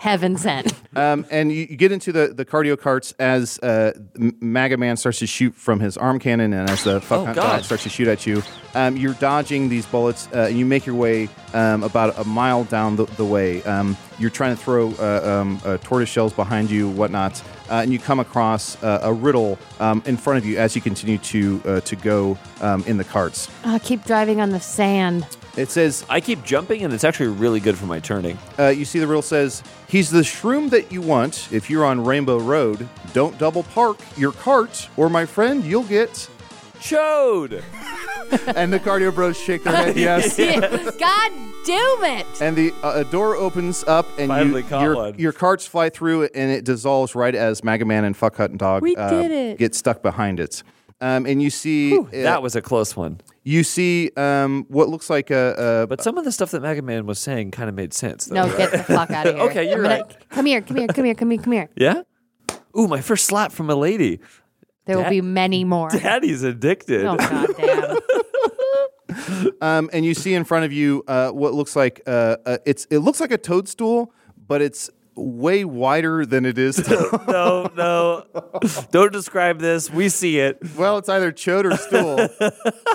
heaven sent. um, and you, you get into the, the cardio carts as uh, M- MAGA Man starts to shoot from his arm cannon, and as the fuck Oh, hunt God. dog starts to shoot at you, um, you're dodging these bullets, uh, and you make your way um, about a mile down the, the way. Um, you're trying to throw uh, um, uh, tortoise shells behind you, whatnot, uh, and you come across uh, a riddle um, in front of you as you continue to uh, to go um, in the carts. Oh, keep driving on the sand. It says I keep jumping, and it's actually really good for my turning. uh, you see the reel says, He's the shroom that you want if you're on Rainbow Road. Don't double park your cart, or my friend, you'll get. Chode! And the cardio bros shake their head, yes. God damn it! And the uh, a door opens up, and you, Finally caught your, one. your carts fly through, and it dissolves right as Maga Man and Fuck Hut and Dog We uh, did it. get stuck behind it. Um, and you see uh, that was a close one. you see um, what looks like a, a But some of the stuff that Mega Man was saying kind of made sense. Though, No, right? get the fuck out of here. Okay, you're I'm gonna- right. Come here, come here, come here, come here, come here. Yeah. Ooh, my first slap from a lady. There will be many more. Daddy's addicted. Oh god damn. um, and you see in front of you uh, what looks like uh, uh, it's it looks like a toadstool, but it's way wider than it is. tall. no, no. Don't describe this. We see it. well, it's either chode or stool.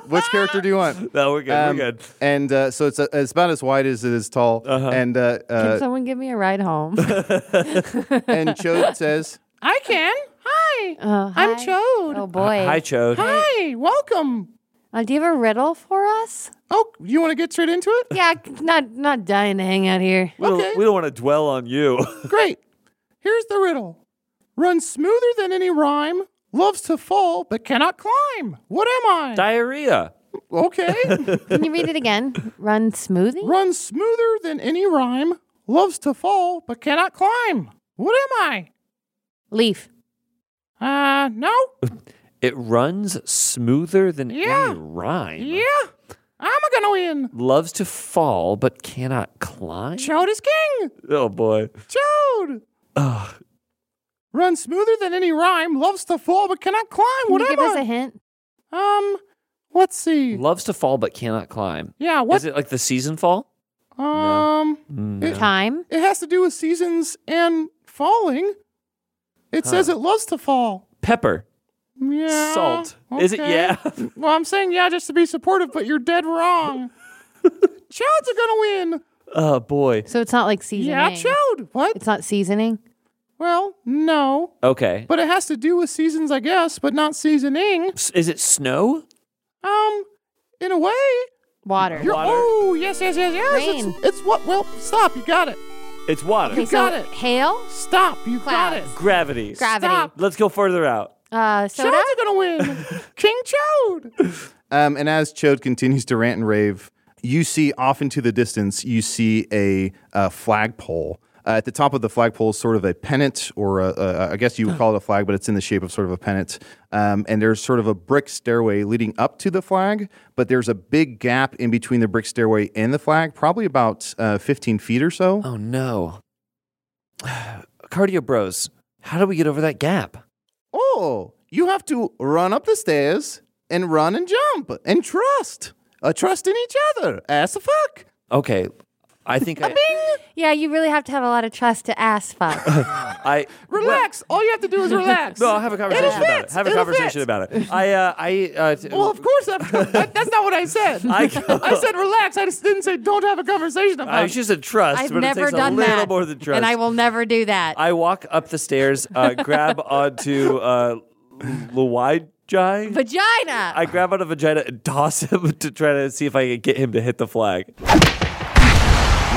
Which character do you want? No, we're good. Um, we're good. And uh, so it's, uh it's about as wide as it is tall. And uh, Can uh, someone give me a ride home? and Chode says, I can. Hi. Oh, I'm hi. Chode. Oh boy. Hi, Chode. Hi. Welcome. Uh, do you have a riddle for us? "Oh, you want to get straight into it? Yeah, c- not not dying to hang out here. We don't, okay. we don't want to dwell on you. Great. Here's the riddle. Runs smoother than any rhyme. Loves to fall but cannot climb. What am I? Diarrhea. okay. Can you read it again? Run smoothie? Runs smoother than any rhyme. Loves to fall but cannot climb. What am Leaf. I? Uh, no. It runs smoother than Yeah. any rhyme. Yeah. I'm gonna win. Loves to fall but cannot climb. Chode is king. Oh boy. Chode. Ugh. Runs smoother than any rhyme. Loves to fall but cannot climb. Can What you am give I? us a hint? Um, let's Hmm. see. Loves to fall but cannot climb. Yeah, Is what? it Mm. like the season fall? um, Time? it has to do with seasons and falling. It says it loves to fall. Pepper. Yeah. Salt. Is it? okay. Yeah. Well, I'm saying yeah just to be supportive, but you're dead wrong. Chode's are gonna win. oh boy. So it's not like seasoning. Yeah, Chode. What? It's not seasoning. Well, no, Okay. but it has to do with seasons, I guess, but not seasoning. S- Is it snow? Um, in a way. Water. You're, Water. oh yes, yes, yes, yes. Rain. It's, it's what? Well, stop. You got it. It's water. okay, you so got it. hail? Stop. You got it. Clouds. Gravity. Gravity. Stop. Let's go further out. Uh Chode's soda? are gonna win. King Chode. Um, and as Chode continues to rant and rave, you see off into the distance, you see a, uh flagpole. Uh, at the top of the flagpole is sort of a pennant, or a, a, I guess you would call it a flag, but it's in the shape of sort of a pennant. Um, and there's sort of a brick stairway leading up to the flag, but there's a big gap in between the brick stairway and the flag, probably about uh, 15 feet or so. Oh no. Cardio Bros, how do we get over that gap? Oh, you have to run up the stairs and run and jump and trust. Uh, trust in each other. As a fuck. Okay. I think I, Yeah, you really have to have a lot of trust to ass fuck. I Relax. All you have to do is relax. well, no, I'll have a conversation about it. fits. Have a It'll conversation fit. about it. I uh I uh t- Well, of course, I've, that, that's not what I said. I, said relax. I just didn't say don't have a conversation about I it. was just a trust, uh, I've but it never takes done a little that. more than trust. And I will never do that. I walk up the stairs, uh, grab onto uh Luwai Jai. Vagina. I grab out a vagina and toss him to try to see if I can get him to hit the flag.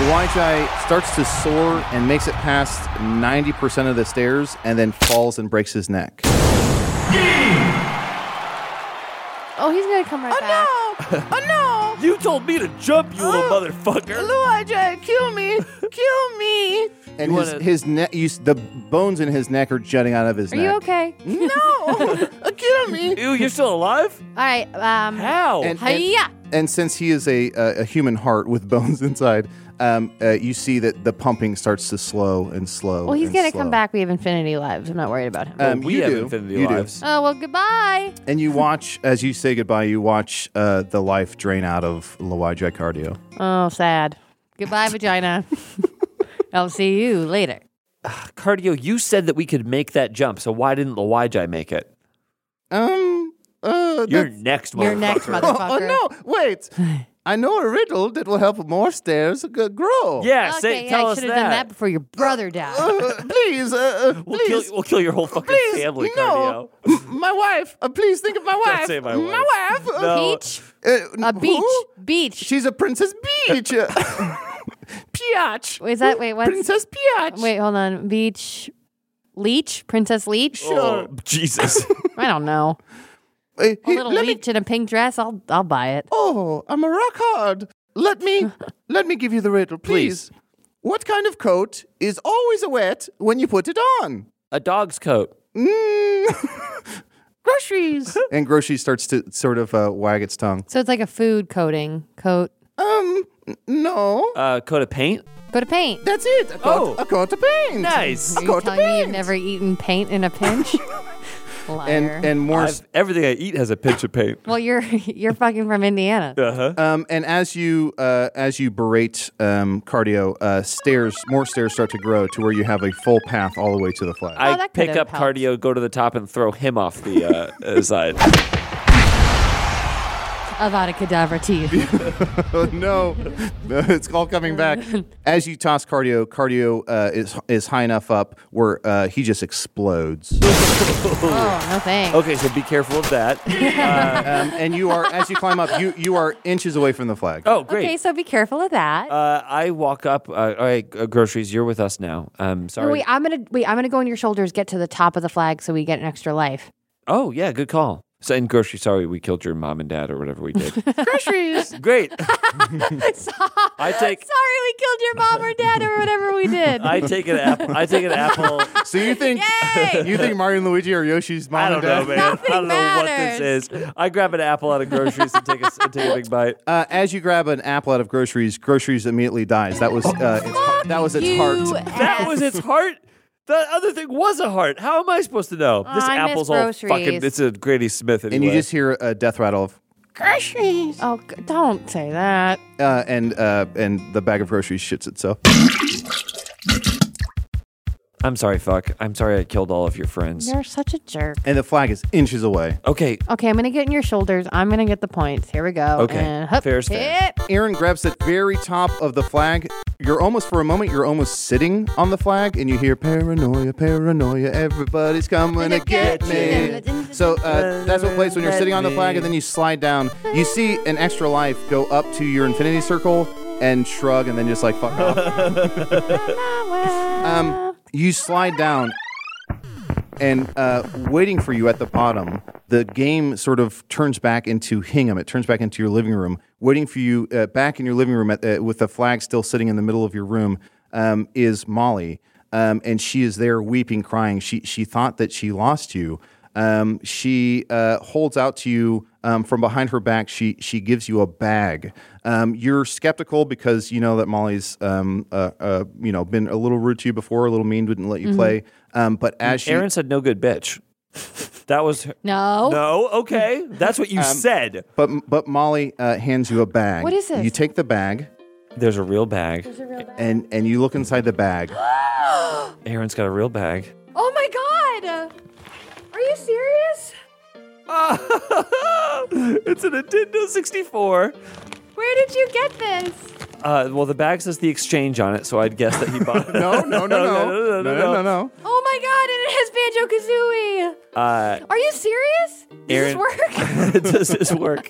Luwaichai starts to soar and makes it past 90% of the stairs and then falls and breaks his neck. oh, he's gonna come right back. no! Oh no! You told me to jump, you little Oh. motherfucker. Luigi, kill me! Kill me! And You his, wanna- his neck, you s- the bones in his neck are jutting out of his Are neck. you okay? Mm. No! kill me! Ew, you're still alive? All right. Um. How? And, and, Hiya. and since he is a, a, a human heart with bones inside, um, uh, you see that the pumping starts to slow and slow. Well, he's and gonna slow. come back. We have infinity lives. I'm not worried about him. Um, we you have do. infinity You do. lives. oh well. Goodbye. And you watch, as you say goodbye, you watch uh, the life drain out of Luwaichai Cardio. Oh, sad. Goodbye, vagina. I'll see you later. Cardio, you said that we could make that jump, so why didn't Lawajai make it? Um, uh, You're next, motherfucker. You're next, motherfucker. Oh no! Wait, I know a riddle that will help more stairs g- grow. Yeah, Okay, say, yeah, tell you us should that. have done that before your brother died. Uh, please, uh, uh, We'll kill, please, we'll kill your whole fucking please, family, no, Cardio. M- my wife. Uh, please think of my wife. Don't say my wife. wife. uh, Oh. No. Beach, uh, a who? beach, beach. She's a princess beach. Piach! Wait, Is that wait? What's Princess Piach! wait? Hold on. Beach, leech, princess leech. Oh, Jesus. I don't know. Uh, he- A little let me. leech in a pink dress. I'll I'll buy it. Oh, I'm a rock hard. Let me. let me give you the riddle, please. Please. What kind of coat is always wet when you put it on? a dog's coat. Mm. groceries. And Groshi starts to sort of uh, wag its tongue. So it's like a food coating coat. Um, n- no. Uh, coat of paint. Go to paint. That's it. A coat, Oh. a coat of paint. Nice. A coat of Telling me you've paint. never eaten paint in a pinch? Liar. And and more. I've- everything I eat has a pinch of paint. well, you're you're fucking from Indiana. Um, and as you uh, as you berate um, cardio, uh, stairs more stairs start to grow to where you have a full path all the way to the flag. Oh, I that pick could've up helped. cardio, go to the top, and throw him off the uh, uh, side. Avada Kedavra to you. Oh, no, No, it's all coming back. As you toss cardio, cardio uh, is is high enough up where uh, he just explodes. oh, no thanks. Okay, so be careful of that. Um, and you are as you climb up, you you are inches away from the flag. Oh, great. Okay, so be careful of that. uh, I walk up. Uh, all right, uh, groceries. You're with us now. Um, sorry. wait, I'm gonna wait. I'm gonna go on your shoulders, get to the top of the flag, so we get an extra life. oh, yeah, good call. So, and grocery. Sorry, we killed your mom and dad or whatever we did. groceries. great. I take. Sorry, we killed your mom or dad or whatever we did. I take an apple. I take an apple. So you think Yay! you think Mario and Luigi are Yoshi's mom I don't and dad? know, man. Nothing I don't know what matters. this is. I grab an apple out of groceries and take a, and take a big bite. Uh, as you grab an apple out of groceries, groceries immediately dies. That was uh, its, heart- that was its you heart. That was its heart. The other thing was a heart. How am I supposed to know? this Oh, I miss apple's all fucking. groceries. It's a Grady Smith. Anyway. And you just hear a death rattle of groceries. Oh, g- don't say that. uh, and uh, and the bag of groceries shits itself. I'm sorry, fuck. I'm sorry. I killed all of your friends. You're such a jerk. And the flag is inches away. Okay. Okay, I'm gonna get in your shoulders. I'm gonna get the points. Here we go. Okay. And hup, Fair's fair. hit. Aaron grabs the very top of the flag. You're almost for a moment. You're almost sitting on the flag, and you hear paranoia, paranoia. Everybody's coming to get me. So uh, that's what plays when you're sitting on the flag, and then you slide down. You see an extra life go up to your infinity circle and shrug, and then just like fuck off. Um, you slide down, and uh, waiting for you at the bottom, the game sort of turns back into Hingham. It turns back into your living room, waiting for you uh, back in your living room at, uh, with the flag still sitting in the middle of your room. Um, is Molly, um, and she is there weeping, crying. She she thought that she lost you. Um, she uh, holds out to you um, from behind her back. She she gives you a bag. Um, you're skeptical because you know that Molly's um, uh, uh, you know been a little rude to you before, a little mean, wouldn't let you play. Um, but as she Aaron said no good bitch. That was her. No. No, okay. That's what you Um, said. But but Molly uh, hands you a bag. What is this? You take the bag There's a real bag. and and you look inside the bag. Aaron's got a real bag. Oh my god. Are you serious? it's a Nintendo 64. Where did you get this? Uh, well, the bag says the exchange on it, so I'd guess that he bought it. No no no no no no no no. no. Oh my god, and it has Banjo Kazooie. Uh, Are you serious? Does Aaron- this work? does this work?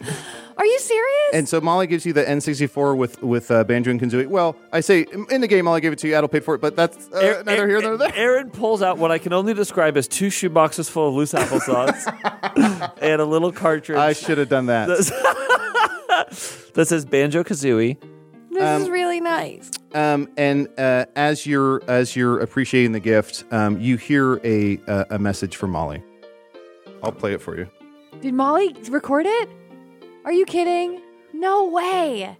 Are you serious? And so Molly gives you the N64 with with uh, Banjo and Kazooie. Well, I say in the game Molly gave it to you. Adel paid for it, but that's uh, Aar- neither here nor Aar- there. Aaron pulls out what I can only describe as two shoeboxes full of loose applesauce and a little cartridge I should have done that. that says Banjo Kazooie. this is really nice. Um, and uh, as you're as you're appreciating the gift, um, you hear a uh, a message from Molly. I'll play it for you. Did Molly record it? Are you kidding? No way.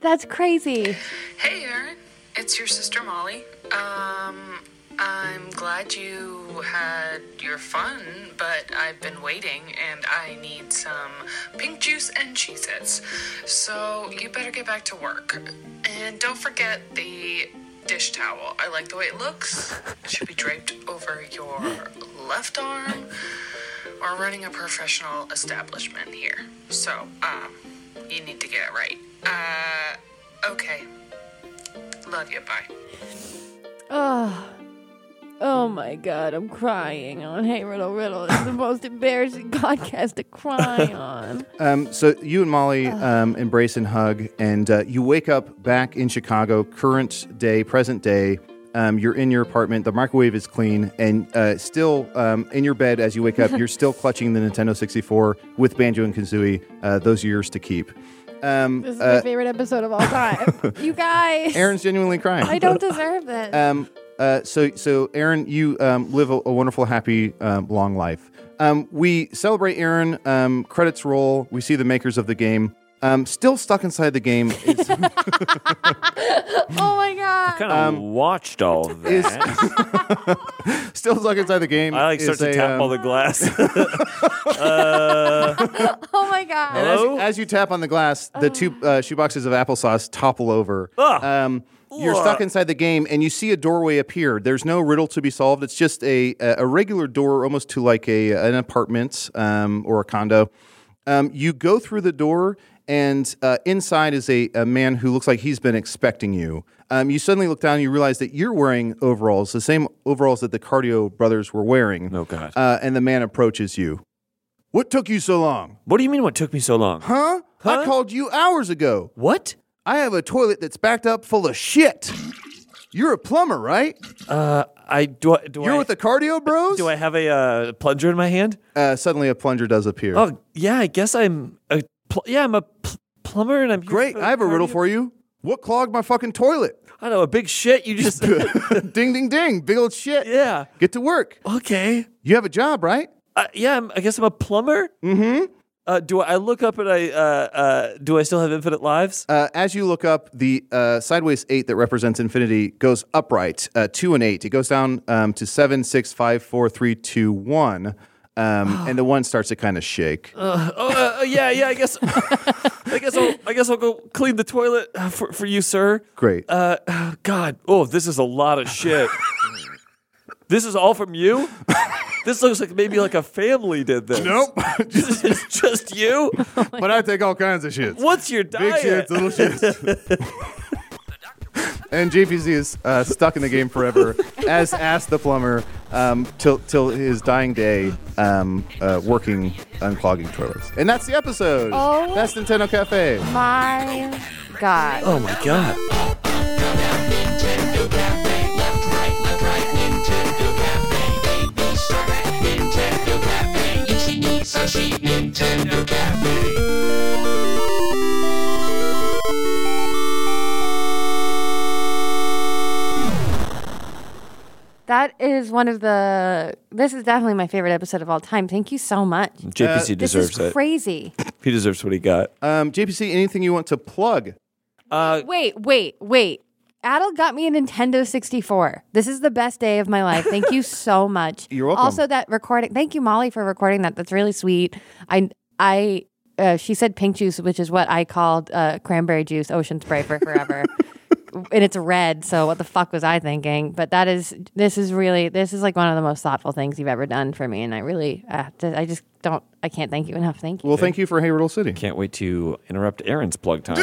That's crazy. Hey, Aaron. It's your sister Molly. Um, I'm glad you had your fun, but I've been waiting and I need some pink juice and Cheez Its. So you better get back to work. And don't forget the dish towel. I like the way it looks. It should be draped over your left arm. We're running a professional establishment here. So, um, you need to get it right. Uh, okay. Love you. Bye. Oh. Oh my god, I'm crying on Hey Riddle Riddle. It's the most embarrassing podcast to cry on. Um, so you and Molly um, embrace and hug, and uh, you wake up back in Chicago, current day, present day. Um, you're in your apartment. The microwave is clean, and uh, still um, in your bed as you wake up, you're still clutching the Nintendo 64 with Banjo and Kazooie. Uh, those are yours to keep. Um, This is uh, my favorite episode of all time. you guys, Aaron's genuinely crying. uh, I don't deserve this. Um, uh, so, so Aaron, you um, live a, a wonderful, happy, um, long life. Um, we celebrate Aaron. Um, credits roll. We see the makers of the game. Um, still stuck inside the game is, Oh my god. Kind of watched all of Um, is- that. still stuck inside the game. I like start is to a, tap um, all the glass. Oh my god. And as, Hello? as you tap on the glass, the two uh, shoe boxes of applesauce topple over. Ugh. Um, you're stuck inside the game, and you see a doorway appear. There's no riddle to be solved. It's just a a, a regular door, almost to like a an apartment um, or a condo. Um, you go through the door, and uh, inside is a, a man who looks like he's been expecting you. Um, you suddenly look down, and you realize that you're wearing overalls, the same overalls that the Cardio brothers were wearing. Oh, God. Uh, and the man approaches you. What took you so long? What do you mean? What took me so long? Huh? I called you hours ago. What? I have a toilet that's backed up full of shit. You're a plumber, right? I do. I, do You're I, with the cardio bros? Do I have a uh, plunger in my hand? Uh, suddenly a plunger does appear. Oh yeah, I guess I'm a pl- yeah I'm a pl- plumber and I'm here Great, for I have a riddle cardio- for you. What clogged my fucking toilet? I know a big shit. You just ding, ding, ding. Big old shit. yeah Get to work. okay You have a job, right? uh, yeah I'm, I guess I'm a plumber. Mm-hmm. Uh, do I, I look up and I uh, uh, do I still have infinite lives? Uh, as you look up, the uh, sideways eight that represents infinity goes upright, uh, two and eight. It goes down um, to seven, six, five, four, three, two, one. Um, and the one starts to kind of shake. oh uh, uh, yeah yeah I guess I guess I'll I guess I'll go clean the toilet uh, for for you sir. Great. Uh, oh, God oh this is a lot of shit. this is all from you. This looks like maybe like a family did this. This is just you. but I take all kinds of shits. What's your Big diet? shits, little shits. and JPZ is uh, stuck in the game forever, as asked the plumber, um, till till his dying day, um, uh, working unclogging toilets. And that's the episode. Oh. That's Nintendo Cafe. My god. Oh my god. That is one of the. This is definitely my favorite episode of all time. Thank you so much. JPC This deserves is it. crazy. He deserves what he got. Um, JPC, anything you want to plug? Uh, Wait, wait, wait. Adel got me a Nintendo 64. This is the best day of my life. Thank you so much. You're welcome. Also, that recording. Thank you, Molly, for recording that. That's really sweet. I, I, uh, she said pink juice, which is what I called uh, cranberry juice, ocean spray for forever. and it's red, so what the fuck was I thinking? But that is, this is really, this is like one of the most thoughtful things you've ever done for me. And I really, uh, I just don't, I can't thank you enough. Thank you. Well, thank you for Hey Riddle City. can't wait to interrupt Aaron's plug time.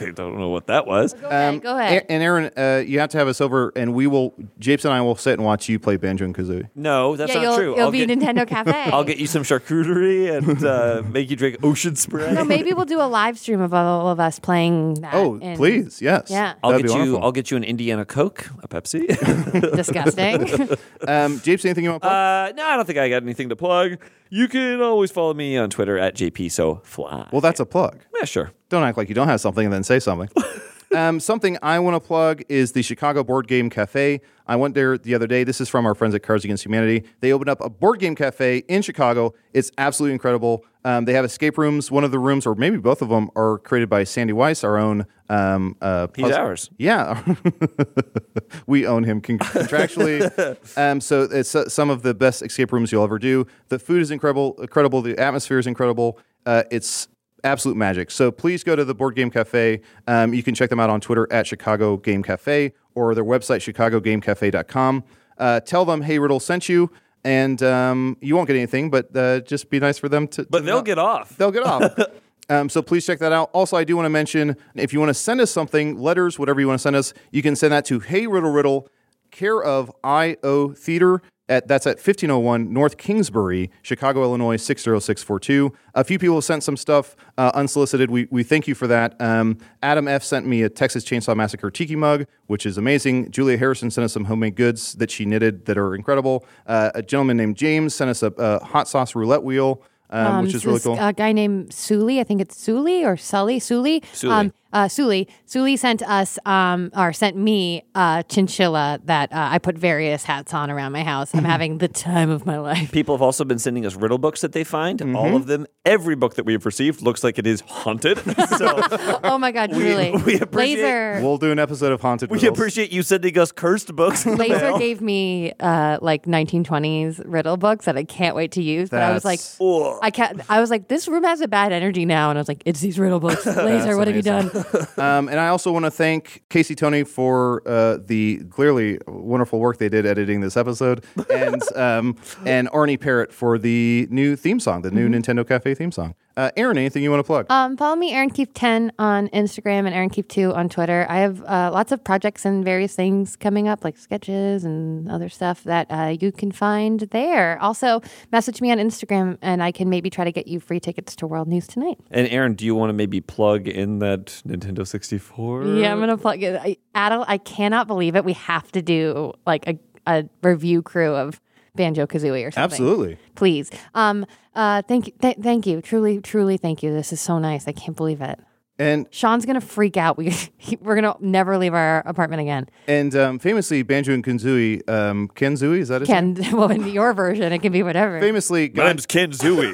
I don't know what that was. go ahead. Go ahead. A- and Aaron, uh, you have to have us over, and we will. Japes and I will sit and watch you play banjo and kazooie. No, that's yeah, not you'll, true. you'll I'll be get, Nintendo Cafe. I'll get you some charcuterie and uh, make you drink ocean spray. No, maybe we'll do a live stream of all of us playing that. Oh, and- please, yes. Yeah. I'll That'd get you. be wonderful. I'll get you an Indiana Coke, a Pepsi. Disgusting. um, Japes, anything you want to plug? uh, no, I don't think I got anything to plug. You can always follow me on Twitter at JP So Fly. well, that's a plug. yeah, sure. don't act like you don't have something and then say something. um, something I want to plug is the Chicago Board Game Cafe. I went there the other day. This is from our friends at Cards Against Humanity. They opened up a board game cafe in Chicago. It's absolutely incredible. Um, they have escape rooms. One of the rooms, or maybe both of them, are created by Sandy Weiss, our own. Um, uh, He's puzzle- ours. Yeah, we own him con- contractually. um, so it's uh, some of the best escape rooms you'll ever do. The food is incredible, incredible. The atmosphere is incredible. Uh, it's absolute magic. So please go to the Board Game Cafe. Um, you can check them out on Twitter at Chicago Game Cafe or their website chicagogamecafe.com. Uh, tell them Hey Riddle sent you, and um, you won't get anything, but uh, just be nice for them to. But they'll get off. They'll get off. Um, so please check that out. Also, I do want to mention if you want to send us something, letters, whatever you want to send us, you can send that to Hey Riddle Riddle, care of IO Theater. At, that's at 1501 North Kingsbury, Chicago, Illinois, 60642. A few people sent some stuff uh, unsolicited. We, we thank you for that. Um, Adam F. sent me a Texas Chainsaw Massacre tiki mug, which is amazing. Julia Harrison sent us some homemade goods that she knitted that are incredible. Uh, a gentleman named James sent us a, a hot sauce roulette wheel, um, which is really this, cool. A guy named Sully, I think it's Sully or Sully, Sully. Sully. Um, uh, Suli. Suli sent us, um, or sent me, a chinchilla that uh, I put various hats on around my house. I'm having the time of my life. People have also been sending us riddle books that they find. Mm-hmm. All of them, every book that we've received looks like it is haunted. so Oh my God, really? we appreciate- Laser. We'll do an episode of Haunted we Riddles. appreciate you sending us cursed books. in the Laser mail. gave me uh, like 1920s riddle books that I can't wait to use. But I was like, That's- Ugh. I can't. I was like, this room has a bad energy now, and I was like, it's these riddle books. Laser, what have you done? Um, and I also want to thank Casey Tony for uh, the clearly wonderful work they did editing this episode, and um, and Arnie Parrott for the new theme song, the new Nintendo Cafe theme song. Uh, Aaron, anything you want to plug? Um, follow me, Aaron Keefe ten on Instagram and Aaron Keefe two on Twitter. I have uh, lots of projects and various things coming up, like sketches and other stuff that uh, you can find there. Also, message me on Instagram, and I can maybe try to get you free tickets to World News tonight. And Aaron, do you want to maybe plug in that Nintendo 64? Yeah, I'm gonna plug it. I, Adel, I cannot believe it. We have to do like a, a review crew of Banjo Kazooie or something. Absolutely. please. Um, uh, thank you, th- thank you, truly, truly, thank you. This is so nice. I can't believe it. And Sean's gonna freak out. We he, we're gonna never leave our apartment again. and um, famously, Banjo and Kenzui, um, Kenzui is that his name? Ken, well, in your version, it can be whatever. Famously, My got- name's Ken Zooey.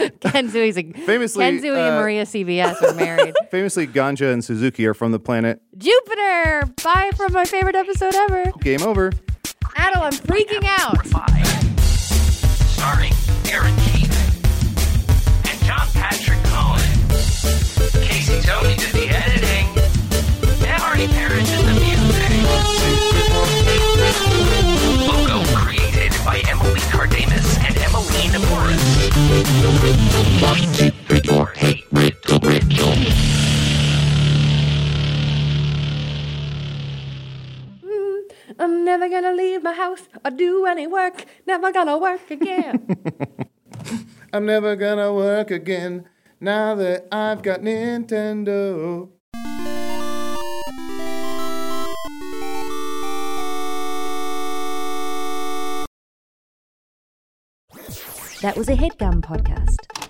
Ken Zui's a, Famously, Ken Zui and uh, Maria CBS are married. famously Ganja and Suzuki are from the planet. Jupiter, bye from my favorite episode ever. Game over. Adel, I'm freaking out. Amplify. Starring Aaron Keith and John Patrick Cohen. Casey Tony did the editing. And Artie Parrish did the music. Logo created by Emily Cardamus and Emily Naporis. I'm never gonna leave my house or do any work. Never gonna work again. I'm never gonna work again now that I've got Nintendo. That was a headgum podcast.